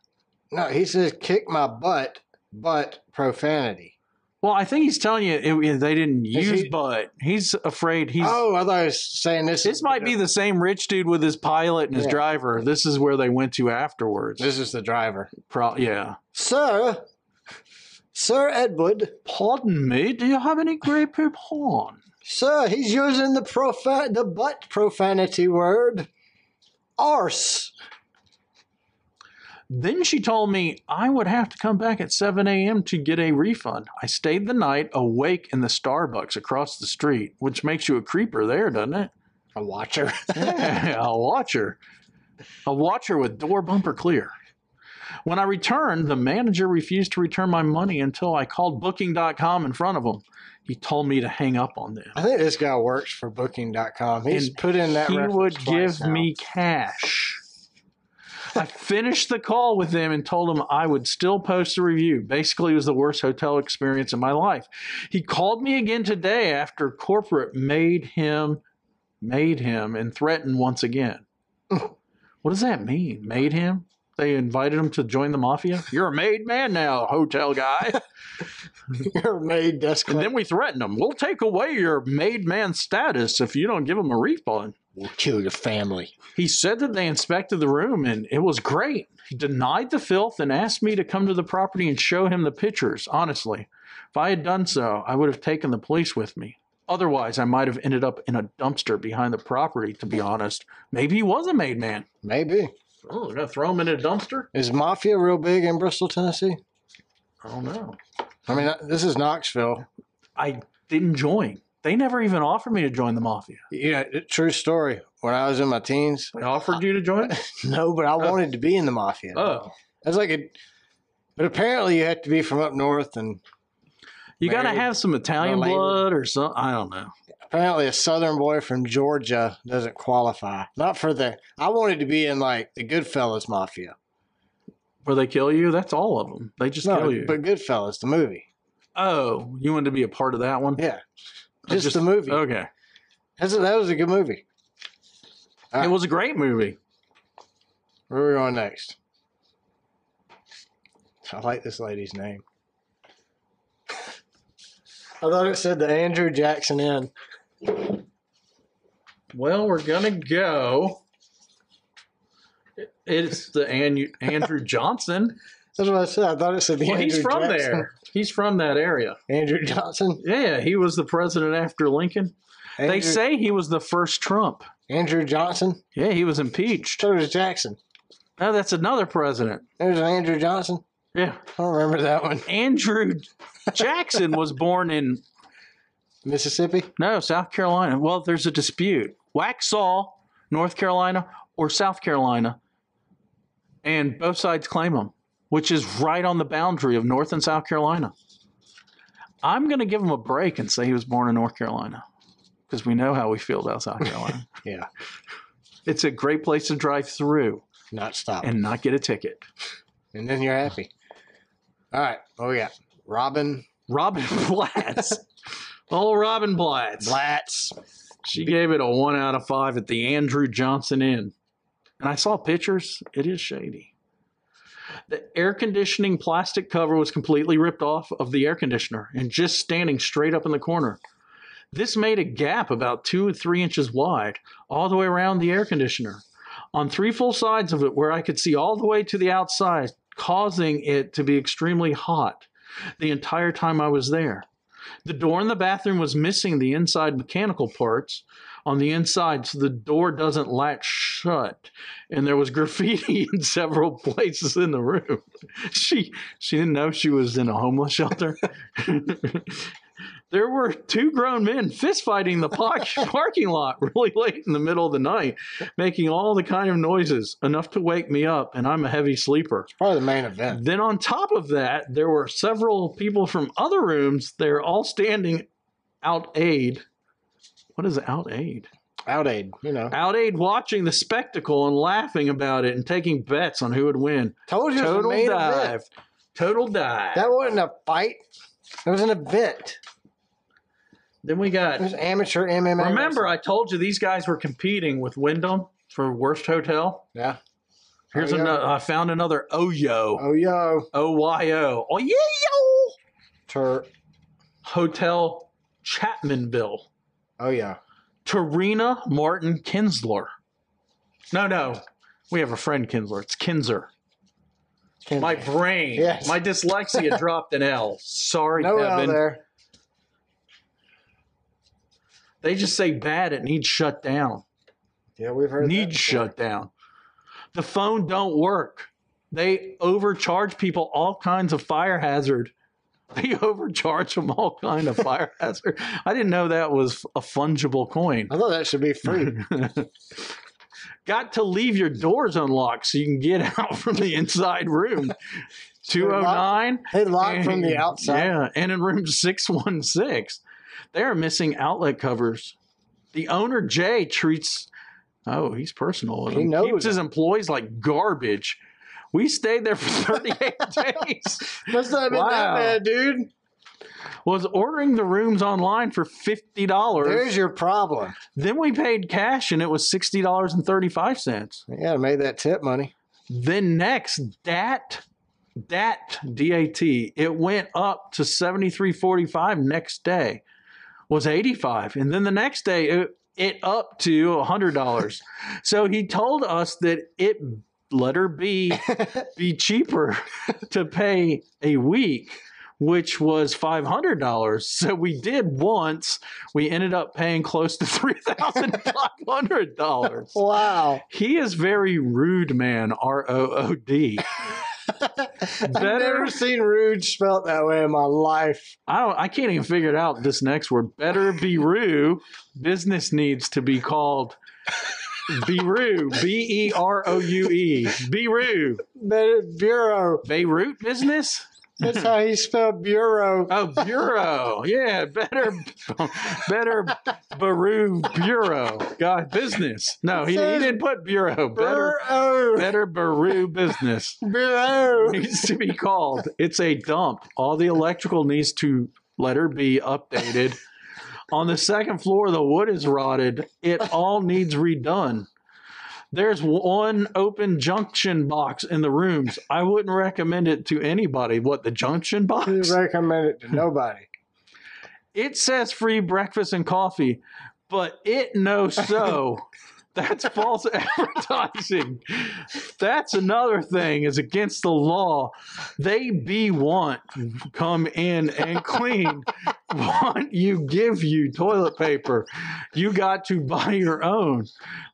No, he says kick my butt, but profanity.
Well, I think he's telling you it, it- they didn't
Is
use
he-
butt. He's afraid he's
oh, I thought he was saying this.
This
is-
might be the same rich dude with his pilot and his
Yeah.
driver. This is where they went to afterwards.
This is the driver,
Pro- yeah.
sir. Sir Edward,
Pardon me. Do you have any Grey Poop horn?
Sir, he's using the profan the butt profanity word. Arse.
Then she told me I would have to come back at 7 a.m. to get a refund. I stayed the night awake in the Starbucks across the street, which makes you a creeper there, doesn't it?
A watcher.
Yeah, a watcher. A watcher with door bumper clear. When I returned, the manager refused to return my money until I called booking.com in front of him. He told me to hang up on them.
I think this guy works for booking.com. He's
And
put in that
he
reference
would
twice
give
now.
me cash. I finished the call with him and told him I would still post a review. Basically, it was the worst hotel experience in my life. He called me again today after corporate made him made him and threatened once again. what does that mean? Made him? They invited him to join the mafia? You're a made man now, hotel guy.
You're made desk
and
clerk.
then we threatened him. We'll take away your made man status if you don't give him a refund.
We'll kill your family.
He said that they inspected the room and it was great. He denied the filth and asked me to come to the property and show him the pictures. Honestly, if I had done so, I would have taken the police with me. Otherwise, I might have ended up in a dumpster behind the property, to be honest. Maybe he was a made man.
Maybe.
Oh, they're going to throw him in a dumpster?
Is mafia real big in Bristol, Tennessee?
I don't know.
I mean, this is Knoxville.
I didn't join. They never even offered me to join the mafia.
You know, it- true story. When I was in my teens,
They offered you to join?
no, but I wanted to be in the mafia.
Oh.
That's like a. But apparently, you have to be from up north and
You got to
Married,
have some Italian
related.
blood or some. I don't know.
Apparently, a Southern boy from Georgia doesn't qualify. Not for the. I wanted to be in like the Goodfellas Mafia.
Where they kill you? That's all of them. They just
No,
kill you.
but Goodfellas, the movie.
oh, you wanted to be a part of that one?
Yeah,
Or
just, the movie.
Okay.
That's a, that was a good movie. All
It
right.
was a great movie.
Where are we going next? I like this lady's name. I thought it said the Andrew Jackson Inn.
Well, we're gonna go. It's the An- Andrew Johnson.
That's what I said. I thought it said the
Well,
Andrew
he's from
Jackson.
there. He's from that area.
Andrew Johnson.
Yeah, he was the president after Lincoln.
Andrew,
They say he was the first Trump.
Andrew Johnson.
Yeah, he was impeached.
So does Jackson.
No, that's another president.
There's an Andrew Johnson.
Yeah.
I don't remember that one.
Andrew Jackson was born in
Mississippi.
no, South Carolina. Well, there's a dispute. Waxhaw, North Carolina or South Carolina. And both sides claim them, which is right on the boundary of North and South Carolina. I'm going to give him a break and say he was born in North Carolina because we know how we feel about South Carolina.
Yeah.
It's a great place to drive through
Not stop. And,
and not get a ticket.
then you're happy. All right. What we got? Robin
Robin Blatz. Old Robin Blatz.
Blatz.
She gave it a one out of five at the Andrew Johnson Inn. And I saw pictures. It is shady. The air conditioning plastic cover was completely ripped off of the air conditioner and just standing straight up in the corner. This made a gap about two or three inches wide all the way around the air conditioner on three full sides of it where I could see all the way to the outside, causing it to be extremely hot the entire time I was there. The door in the bathroom was missing the inside mechanical parts on the inside, so the door doesn't latch shut. And there was graffiti in several places in the room. She she didn't know she was in a homeless shelter. there were two grown men fistfighting the park, parking lot really late in the middle of the night, making all the kind of noises enough to wake me up, and I'm a heavy sleeper.
Probably the main event.
Then on top of that, there were several people from other rooms. They're all standing out aid. What is out aid?
Out aid, you know.
Out aid watching the spectacle and laughing about it and taking bets on who would win.
Told you it was the
Total
main
dive.
event.
Total dive.
That wasn't a fight. It was an event.
then we got
It was amateur MMA.
Remember
wrestling.
I told you these guys were competing with Wyndham for worst hotel?
Yeah.
Here's
Oh, yeah.
another I found another Oyo.
Oh, yo.
O Y O. Oh yeah. yo.
Tur.
Hotel Chapmanville.
Oh, yeah.
Tarina Martin Kinsler. No, no. We have a friend Kinsler. It's Kinzer.
Can't-
My brain.
Yes.
My dyslexia dropped an L. Sorry,
no out
Kevin.
there.
They just say bad. It needs shut down.
Yeah, we've heard. that
Needs
before.
shut down. The phone don't work. They overcharge people all kinds of fire hazard. They overcharge them all kind of fire hazard. I didn't know that was a fungible coin.
I thought that should be free.
Got to leave your doors unlocked so you can get out from the inside room. 209.
they locked from the
and-
outside.
Yeah, and in room 616. They are missing outlet covers. The owner, Jay, treats, oh, he's personal. with
He
them.
knows
Keeps his
it.
employees like garbage. We stayed there for 38 days.
Must not have been
Wow.
that bad, dude.
Was ordering the rooms online for $50.
There's your problem.
Then we paid cash and it was $60.35.
You gotta make that tip money.
Then next, DAT, DAT, D-A-T, it went up to 73.45 next day, was 85. And then the next day, it, it up to $100. so he told us that it, letter B, be cheaper to pay a week. Which was five hundred dollars. So we did once. We ended up paying close to three thousand five hundred dollars.
Wow.
He is very rude, man. R O O D.
I've
Better.
never seen Rude spelt that way in my life.
I don't. I can't even figure it out. This next word, better be rue. Business needs to be called Beru. B E R O U E. Beru.
Better Bureau.
Beirut business.
That's how he spelled bureau.
Oh, bureau. Yeah, better, better Baru bureau. God, business. No, he, he didn't put bureau. Better,
Bureau.
better Baru business
Bureau.
needs to be called. It's a dump. All the electrical needs to letter B updated. On the second floor, the wood is rotted. It all needs redone. There's one open junction box in the rooms. I wouldn't recommend it to anybody. What, the junction box?
He recommend it to nobody.
it says free breakfast and coffee, but it knows so. That's false advertising. That's another thing is against the law. They be want come in and clean. want you give you toilet paper. You got to buy your own.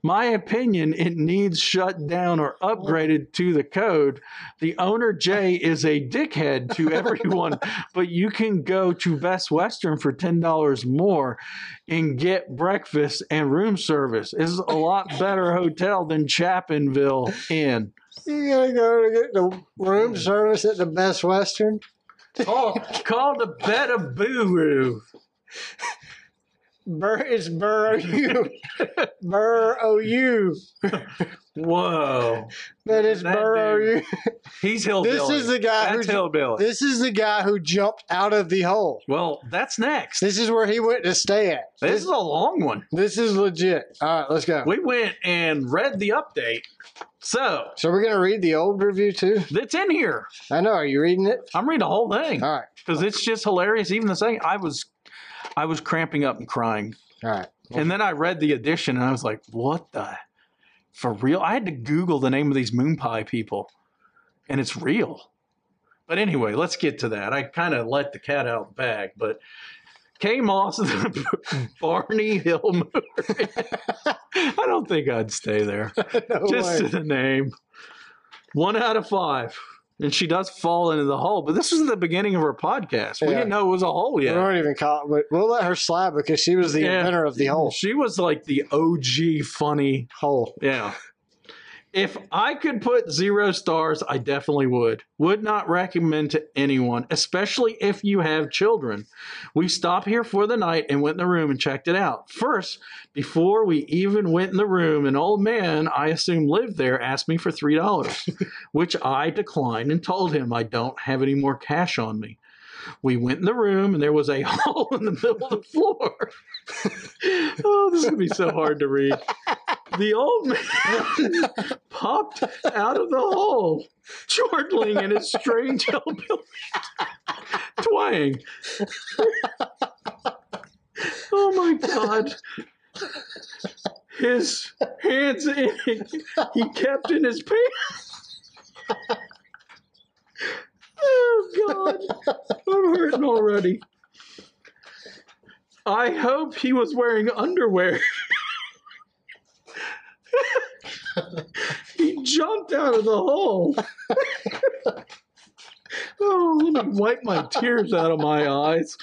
My opinion, it needs shut down or upgraded to the code. The owner Jay is a dickhead to everyone, but you can go to Best Western for ten dollars more and get breakfast and room service. This is a lot better hotel than Chapinville Inn.
You gotta go to get the room service at the Best Western.
Call, call the Beta Buru.
Bur- it's Burrow U. Burrow U.
Whoa,
But it's
That
Burrow U.
dude. he's hillbilly.
This is the guy
that's
who.
hillbilly.
This is the guy who jumped out of the hole.
well, that's next.
This is where he went to stay at.
This is a long one.
This is legit. All right, let's go.
We went and read the update. So
So we're gonna read the old review too.
it's in here.
I know. Are you reading it?
I'm reading the whole thing.
All right.
because it's just hilarious. Even the second, I was, I was cramping up and crying,
All right.
and then I read the edition, and I was like, "What the, for real?" I had to Google the name of these moon pie people, and it's real. But anyway, let's get to that. I kind of let the cat out of the bag, but K Moss, Barney Hill. I don't think I'd stay there
No
just
way.
to the name. One out of five. And she does fall into the hole, but this was the beginning of her podcast. We
Yeah.
didn't know it was a hole
We
yet.
won't even call it, but we'll let her slide because she was the
Yeah.
inventor of the whole
She was like the OG funny.
hole.
Yeah. If I could put zero stars, I definitely would. Would not recommend to anyone, especially if you have children. We stopped here for the night and went in the room and checked it out. First, before we even went in the room, an old man I assume lived there asked me for three dollars, which I declined and told him I don't have any more cash on me. We went in the room and there was a hole in the middle of the floor. oh, this is gonna be so hard to read. The old man popped out of the hole, chortling in his strange hillbilly twang. oh my god. His hands in he kept in his pants. Oh god. I'm hurting already. I hope he was wearing underwear. he jumped out of the hole. oh, let me wipe my tears out of my eyes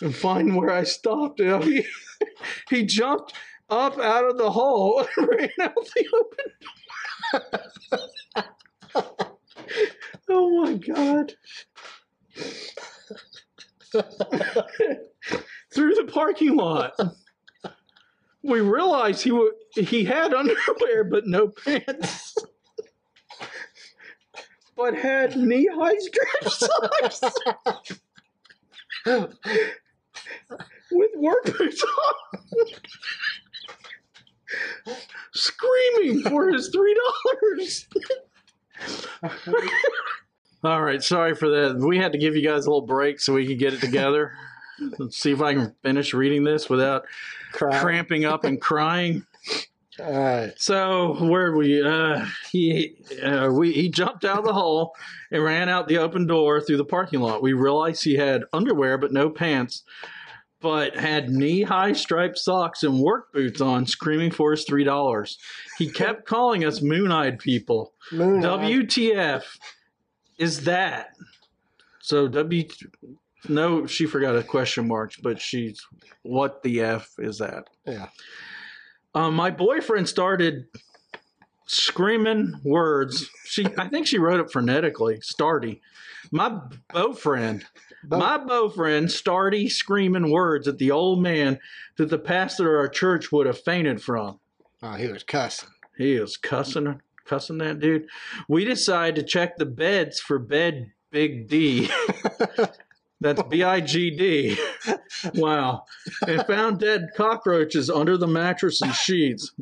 and find where I stopped. Yeah, He, he jumped up out of the hole and ran out the open door. oh my God. Through the parking lot we realized he wa he had underwear but no pants, but had knee high strap socks with work boots on, screaming for his three dollars. All right, sorry for that. We had to give you guys a little break so we could get it together. Let's see if I can finish reading this without
Crap.
cramping up and crying.
All right.
So where we uh, he uh, we he jumped out of the hole and ran out the open door through the parking lot. We realized he had underwear but no pants, but had knee high striped socks and work boots on, screaming for his three dollars. He kept calling us moon eyed people.
Moon Eye.
WTF is that? So W. No, she forgot a question mark, but she's what the F is that?
Yeah.
Um, my boyfriend started screaming words. She, I think she wrote it phonetically. Starty, my bow friend,
Bo-
my bow friend, Starty, screaming words at the old man that the pastor of our church would have fainted from.
Oh, he was cussing.
He is cussing, cussing that dude. We decided to check the beds for bed Big D. That's B I G D. Wow. And found dead cockroaches under the mattress and sheets.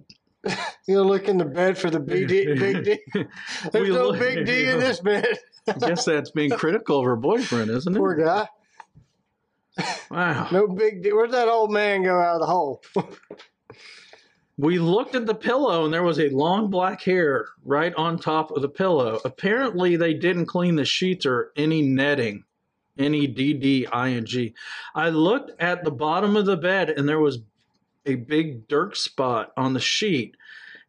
You look in the bed for the big D. Big D. There's
We
no
look-
big D in this bed.
I guess that's being critical of her boyfriend, isn't it?
Poor guy.
Wow.
No big D. Where'd that old man go out of the hole?
We looked at the pillow and there was a long black hair right on top of the pillow. Apparently, they didn't clean the sheets or any netting. N E D D I N G. I looked at the bottom of the bed and there was a big dirt spot on the sheet.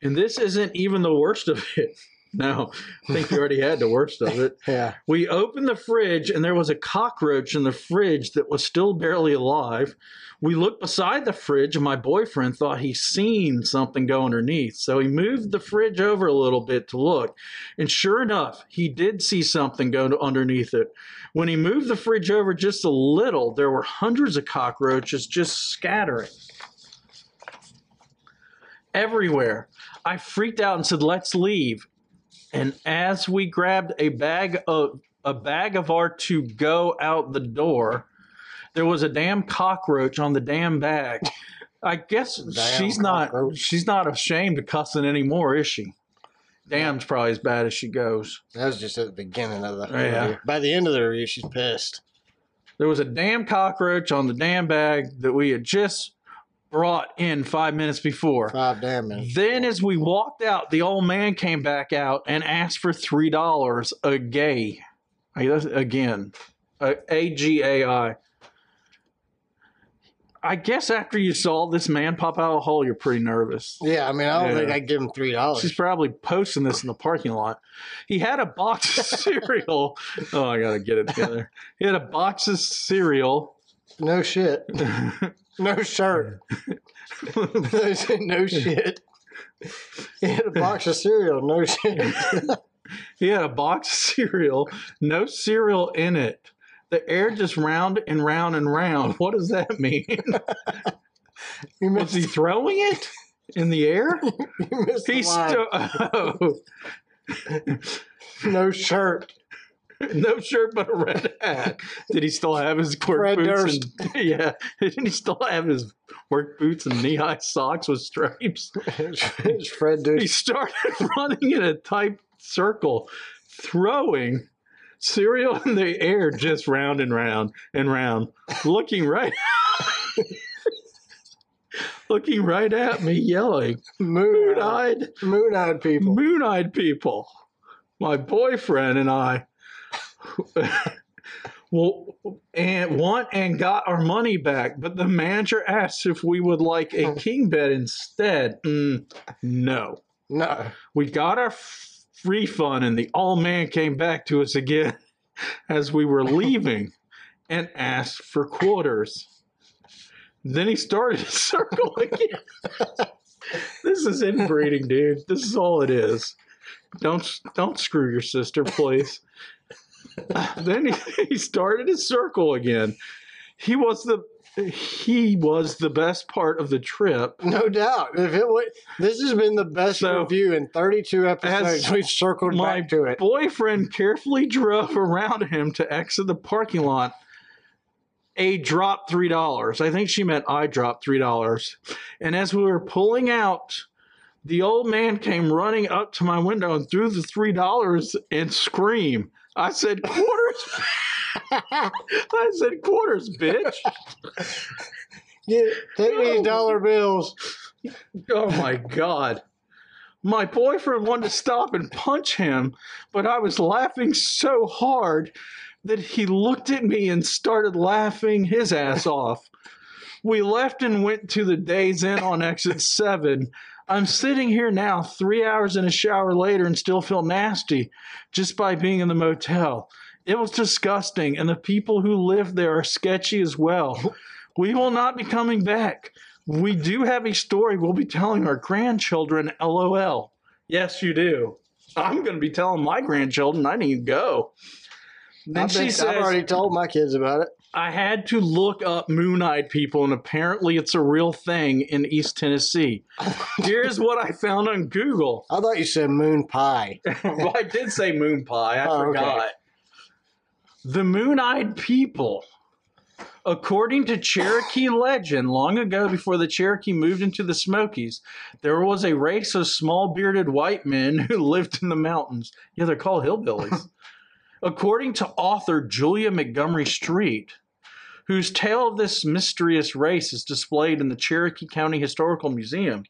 And this isn't even the worst of it. No, I think you already had the worst of it.
Yeah.
We opened the fridge and there was a cockroach in the fridge that was still barely alive. We looked beside the fridge and my boyfriend thought he seen something go underneath. So he moved the fridge over a little bit to look. And sure enough, he did see something go to- underneath it. When he moved the fridge over just a little, there were hundreds of cockroaches just scattering everywhere. I freaked out and said, "Let's leave." And as we grabbed a bag of a bag of our to go out the door, there was a damn cockroach on the damn bag. I guess
Damn
she's not
cockroach.
she's not ashamed of cussing anymore, is she? Damn's probably as bad as she goes.
That was just at the beginning of the
Yeah.
review. By the end of the review, she's pissed.
There was a damn cockroach on the damn bag that we had just brought in five minutes before.
Five damn minutes.
Then, as we walked out, the old man came back out and asked for three dollars a gay. I guess- Again, a G A I. I guess after you saw this man pop out of a hole, you're pretty nervous.
Yeah, I mean, I don't
Yeah.
think I'd give him three dollars.
She's probably posting this in the parking lot. He had a box of cereal. Oh, I gotta get it together. He had a box of cereal.
No shit. No shirt. They said, no shit. He had a box of cereal. No shit.
He had a box of cereal, no cereal in it. The air just round and round and round. What does that mean?
You
Was
missed,
he throwing it in the air?
you missed the
He
line.
still oh,
no shirt.
no shirt but a red hat. Did he still have his work
Fred
boots? And, yeah, didn't he still have his work boots and knee-high socks with stripes?
it's Fred
he
Durst.
started running in a tight circle, throwing cereal in the air just round and round and round, looking right looking right at me, yelling,
Moon eyed,
moon-eyed,
moon eyed people.
moon-eyed people. My boyfriend and I well and want and got our money back, but the manager asked if we would like a king bed instead. Mm, no
No.
we got our f- refund and the all man came back to us again as we were leaving and asked for quarters then he started to circle again this is inbreeding dude this is all it is don't don't screw your sister please then he, he started to circle again he was the he was the best part of the trip
No doubt. If it would, this has been the best
So,
review in 32 episodes.
as
We've circled
my
back to it.
boyfriend carefully drove around him to exit the parking lot. A dropped three dollars. I think she meant I dropped three dollars. And as we were pulling out, the old man came running up to my window and threw the three dollars and screamed. I said quarters. I said quarters, bitch.
Yeah, take these
No.
dollar bills.
Oh my god. My boyfriend wanted to stop and punch him, but I was laughing so hard that he looked at me and started laughing his ass off. We left and went to the Days Inn on exit 7. I'm sitting here now, three hours in a shower later, and still feel nasty just by being in the motel. It was disgusting, and the people who live there are sketchy as well. We will not be coming back. We do have a story we'll be telling our grandchildren, lol. Yes, you do. I'm going to be telling my grandchildren I need to go. Then
I've,
she
been-
says,
I've already told my kids about it.
I had to look up Moon Eyed people, and apparently it's a real thing in East Tennessee. Here's what I found on Google.
I thought you said moon pie.
well, I did say moon pie. I
Oh, okay.
forgot. The moon eyed people. According to Cherokee legend, long ago before the Cherokee moved into the Smokies, there was a race of small bearded white men who lived in the mountains. Yeah, they're called hillbillies. According to author Julia Montgomery Street, whose tale of this mysterious race is displayed in the Cherokee County Historical Museum,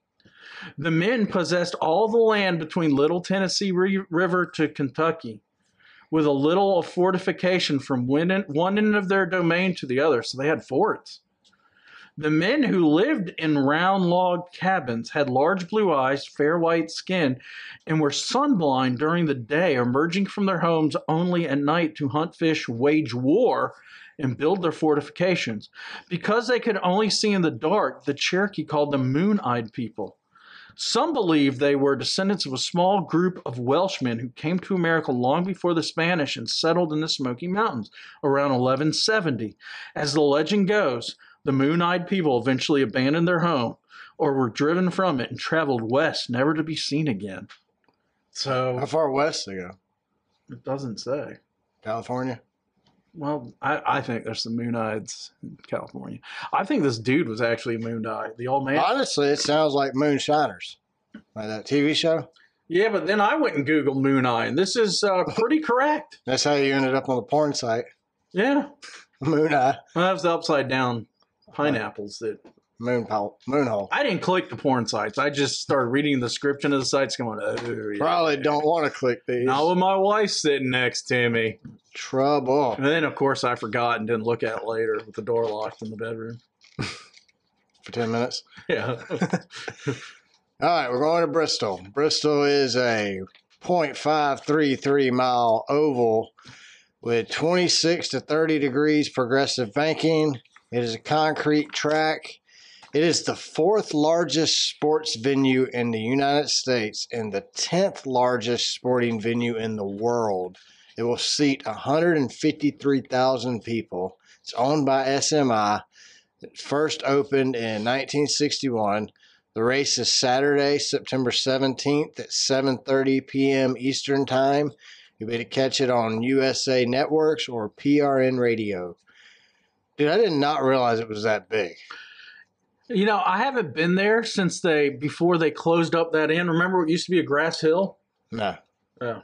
the men possessed all the land between Little Tennessee Ri- River to Kentucky, with a little of fortification from one en- one end of their domain to the other, so they had forts. The men who lived in round log cabins had large blue eyes, fair white skin, and were sunblind during the day, emerging from their homes only at night to hunt fish, wage war, and build their fortifications. Because they could only see in the dark, the Cherokee called them moon eyed people. Some believe they were descendants of a small group of Welshmen who came to America long before the Spanish and settled in the Smoky Mountains around 1170. As the legend goes, the moon eyed people eventually abandoned their home or were driven from it and traveled west, never to be seen again.
How
So
far west they go?
it doesn't say.
California.
Well, I, I think there's some moon eyeds in California. I think this dude was actually a moon eye, the old man.
Honestly, it sounds like Moonshiners, like that TV show.
Yeah, but then I went and Googled moon eye, and this is uh, pretty correct.
That's how you ended up on the porn site.
Yeah.
Moon eye,
Well, that was the upside down pineapples that
moon pole, moon hole.
I didn't click the porn sites. I just started reading the description of the sites going, oh, yeah.
Probably don't want to click these.
Not with my wife sitting next to me.
Trouble.
And then, of course, I forgot and didn't look at it later with the door locked in the bedroom.
For ten minutes.
Yeah.
All right, we're going to Bristol. Bristol is a 0.533 mile oval with 26 to 30 degrees progressive banking. It is a concrete track. It is the fourth largest sports venue in the United States and the 10th largest sporting venue in the world. It will seat 153,000 people. It's owned by SMI. It first opened in 1961. The race is Saturday, September 17th at 7:30 p.m. Eastern Time. You'll be able to catch it on USA Networks or PRN Radio. Dude, I did not realize it was that big.
you know, I haven't been there since they, before they closed up that inn. Remember, it used to be a grass hill?
No.
Yeah.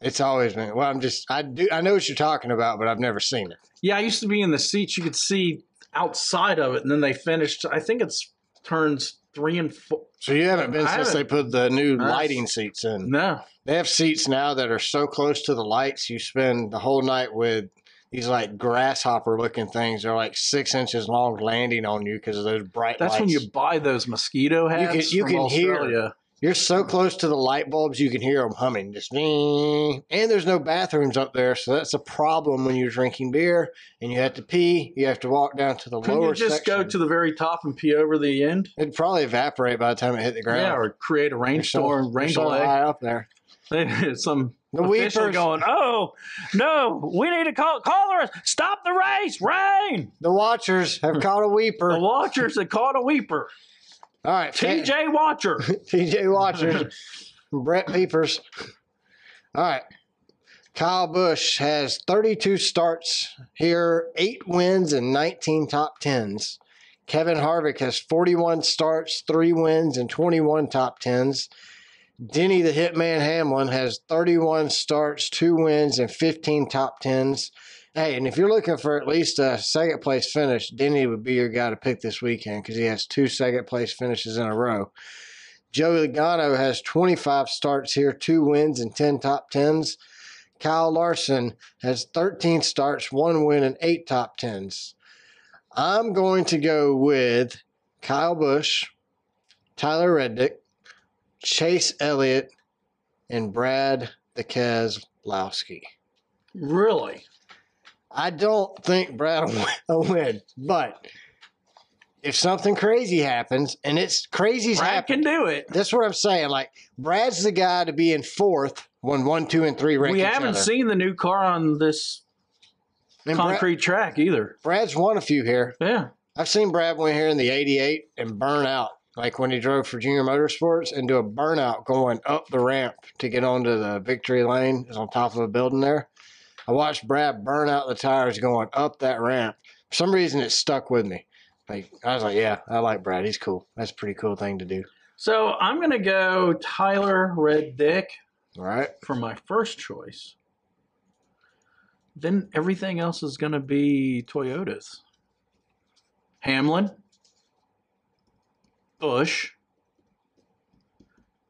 It's always been. Well, I'm just I do I know what you're talking about, but I've never seen it.
Yeah, I used to be in the seats. You could see outside of it. And then they finished, I think it's turns three and four.
So you haven't been
I
since they
haven't.
put the new
Nice.
lighting seats in.
No.
They have seats now that are so close to the lights, you spend the whole night with these like grasshopper looking things. They're like six inches long, landing on you because of those bright
That's
lights.
when you buy those mosquito
can-
hats.
you
from
can hear.
Australia.
You're so close to the light bulbs, you can hear them humming. Just ding. and there's no bathrooms up there, so that's a problem when you're drinking beer and you have to pee. You have to walk down to the
Couldn't
lower
you just
section.
go to the very top and pee over the end?
It'd probably evaporate by the time it hit the ground.
Yeah, or create a
You're so-
rainstorm,
you're
rain
so
delay.
high up there.
Some
The
official
weepers,
going, oh no, we need to call call the stop the race, rain.
the watchers have caught a weeper.
The
All
Watchers that caught a weeper,
right,
TJ Watcher.
TJ Watchers, Brett Peepers. All right. Kyle Bush has 32 starts here, eight wins, and 19 top 10s. Kevin Harvick has 41 starts, three wins, and 21 top 10s. Denny the Hitman Hamlin has 31 starts, two wins, and 15 top 10s. Hey, and if you're looking for at least a second place finish, Denny would be your guy to pick this weekend because he has two second place finishes in a row. Joey Logano has 25 starts here, two wins and 10 top 10s. Kyle Larson has 13 starts, one win, and eight top 10s. I'm going to go with Kyle Bush, Tyler Reddick, Chase Elliott, and Brad the Keselowski.
really?
I don't think Brad will win, but if something crazy happens, and it's crazy's
Brad
happened.
can do it.
That's what I'm saying. Like Brad's the guy to be in fourth when one, two, and three rank
we
each
haven't
other.
seen the new car on this
And Brad-
concrete track either.
Brad's won a few here.
Yeah.
I've seen Brad win here in the '88 and burn out. Like when he drove for Junior Motorsports and do a burnout going up the ramp to get onto the victory lane, is on top of a building there. I watched Brad burn out the tires going up that ramp. For some reason, it stuck with me. Like I was like, yeah, I like Brad. He's cool. That's a pretty cool thing to do.
So I'm gonna go Tyler Red Dick
All right.
for my first choice. Then everything else is gonna be Toyotas. Hamlin, Bush,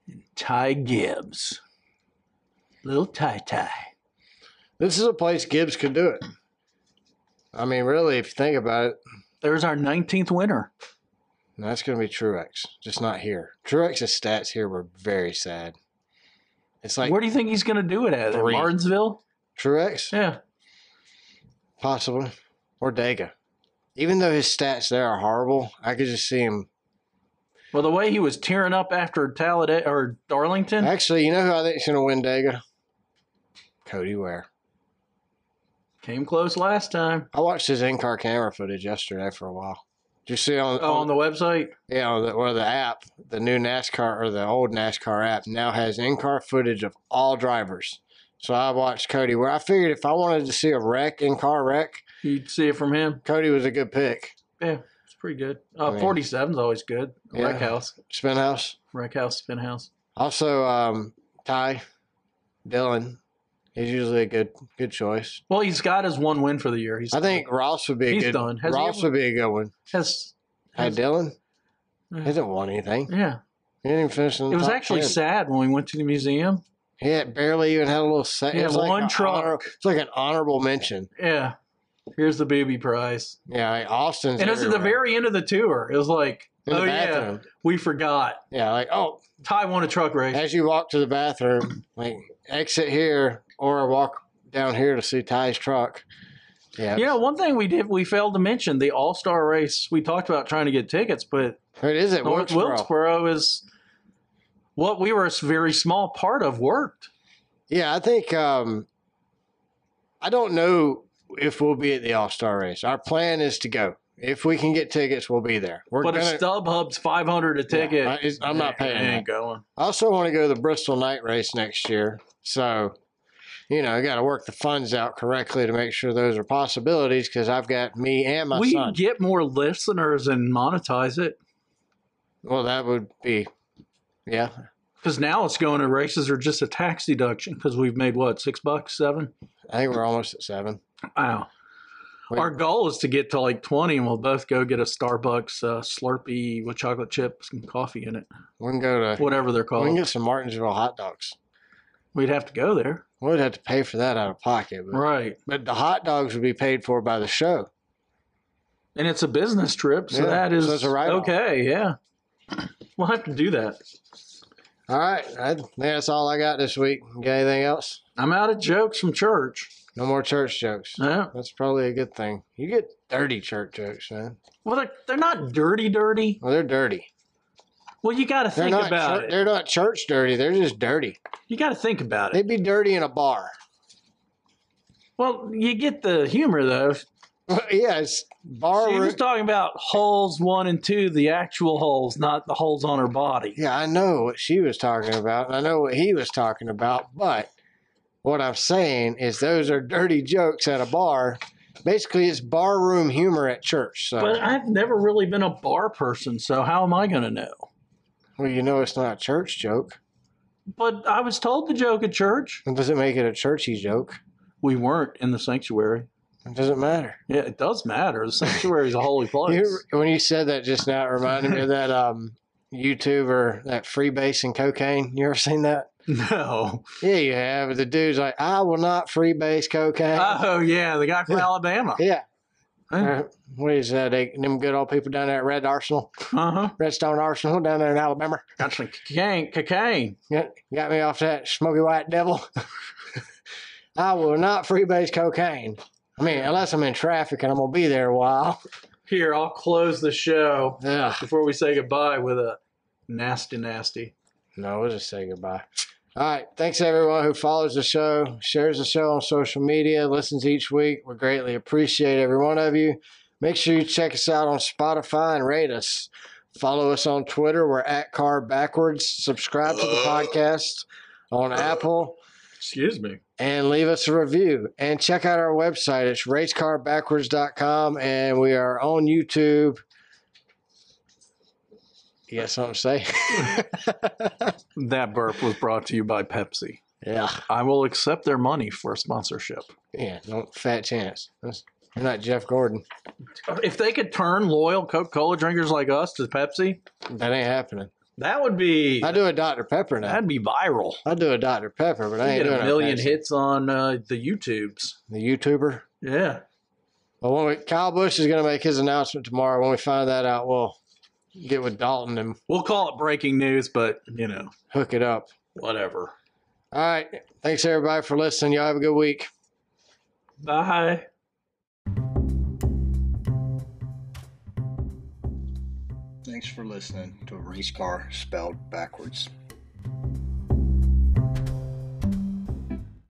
and Ty Gibbs. Little Ty Ty.
This is a place Gibbs could do it. I mean, really, if you think about it,
There's our 19th winner.
that's going to be Truex, just not here. Truex's stats here were very sad. It's like
Where do you think he's gonna do it at? At
Three.
Martinsville?
Truex,
Yeah.
possibly, or Dega. Even though his stats there are horrible, I could just see him.
Well, the way he was tearing up after Talladega or Darlington,
Actually, you know who I think's going to win Dega? Cody Ware.
came close last time.
I watched his in-car camera footage yesterday for a while. Did you see it on,
Oh, on the website.
Yeah, or the, or the app, the new NASCAR or the old NASCAR app now has in car footage of all drivers. So I watched Cody where I figured if I wanted to see a wreck, in car wreck,
You'd see it from him.
Cody was a good pick.
It's pretty good. Uh,
I mean-
47's always good.
Yeah.
Wreck house,
Spinhouse.
wreck house, spin house.
Also, um, Ty, Dylan, he's usually a good good choice.
Well, he's got his one win for the year. He's
I think Ross would be a
He's
good
done. Has he
Ross
ever-
would be a good one.
has,
Hey,
has-
Dylan
Yeah.
hasn't won anything.
yeah.
He didn't even finish in the
It was
top
actually
10.
sad when we went to the museum.
He had barely even had a little set.
He
it
had
was like
one
an
truck.
honor- it's like an honorable mention.
Yeah. Here's the baby prize.
Yeah, like Austin's.
And it was at the
everywhere.
very end of the tour. It was like,
in the
oh yeah,
bathroom.
we forgot.
Yeah. like oh,
Ty won a truck race.
as you walk to the bathroom, like exit here or walk down here to see Ty's truck. Yeah,
You know, one thing we did we failed to mention the All Star race. We talked about trying to get tickets, but
it is at
North
Wilkesboro.
Wilkesboro is what we were a very small part of worked.
Yeah, I think um, I don't know if we'll be at the All Star race. Our plan is to go. If we can get tickets, we'll be there. We're
but
gonna.
if StubHub's five hundred a
yeah,
ticket,
I, it's- I'm not
it ain't
paying. That.
going.
I also want to go to the Bristol night race next year. So, you know, I got to work the funds out correctly to make sure those are possibilities because I've got me and my
we
son.
get more listeners and monetize it
Well, that would be, yeah.
because now it's going to races are just a tax deduction because we've made what six bucks, seven.
I think we're almost at seven.
Wow.
Wait.
Our goal is to get to like twenty, and we'll both go get a Starbucks uh, Slurpee with chocolate chips and coffee in it,
We can go to.
whatever they're
We can
called.
get some Martinsville hot dogs.
We'd have to go there,
We would have to pay for that out of pocket, but,
right?
but the hot dogs would be paid for by the show.
And it's a business trip, so
Yeah,
that is
so it's a write-off.
okay. Yeah, we'll have to do that.
All right, I, that's all I got this week. Got anything else?
I'm out of jokes from church.
No more church jokes.
No.
That's probably a good thing. You get dirty church jokes, man.
Well, they're, they're not dirty, dirty.
Well, they're dirty.
Well, you got to
They're
think
not.
about
chur-
it.
They're not church dirty. They're just dirty.
You got to think about it.
They'd be dirty in a bar.
Well, you get the humor though.
yeah, it's bar.
She
room-
was talking about holes one and two, the actual holes, not the holes on her body.
Yeah, I know what she was talking about. and I know what he was talking about, but what I'm saying is those are dirty jokes at a bar. Basically, it's barroom humor at church. So,
But I've never really been a bar person, so how am I going to know?
well, you know, it's not a church joke.
But I was told the joke at church.
It doesn't make it a churchy joke.
We weren't in the sanctuary.
It doesn't matter.
Yeah, it does matter. The sanctuary is a holy place.
You, when you said that just now, it reminded me of that um, YouTuber, that freebase and cocaine. You ever seen that?
No.
Yeah, you have. The dude's like, I will not freebase cocaine.
Oh yeah, the guy from
Yeah.
Alabama.
yeah.
Huh?
Uh, what is that? They, them good old people down there at Red Arsenal?
Uh huh.
Redstone Arsenal down there in Alabama.
Got some cocaine. Cocaine.
Got, got me off that smoky white devil. I will not freebase cocaine. I mean, unless I'm in traffic and I'm gonna be there a while.
Here, I'll close the show
Ugh.
before we say goodbye with a nasty, nasty.
No, we'll just say goodbye. All right. Thanks everyone who follows the show, shares the show on social media, listens each week. We greatly appreciate every one of you. Make sure you check us out on Spotify and rate us. Follow us on Twitter. We're at Car Backwards. Subscribe to the podcast on Apple
Excuse me.
and leave us a review. And check out our website. It's racecarbackwards.com. And we are on YouTube. You got something to say?
That burp was brought to you by Pepsi.
yeah.
I will accept their money for sponsorship.
Yeah, no fat chance. That's, you're not Jeff Gordon.
If they could turn loyal Coca Cola drinkers like us to Pepsi,
That ain't happening.
that would be
I do a Dr. Pepper now.
that'd be viral.
I do a Dr. Pepper, but I
You
ain't
get
doing
a million
Pepsi.
hits on uh, the YouTubes.
The YouTuber.
Yeah.
Well, when we, Kyle Bush is going to make his announcement tomorrow. When we find that out, we'll get with Dalton and
We'll call it breaking news, but you know,
hook it up.
whatever.
All right. Thanks everybody for listening. Y'all have a good week.
Bye.
Thanks for listening to Race Car Spelled Backwards.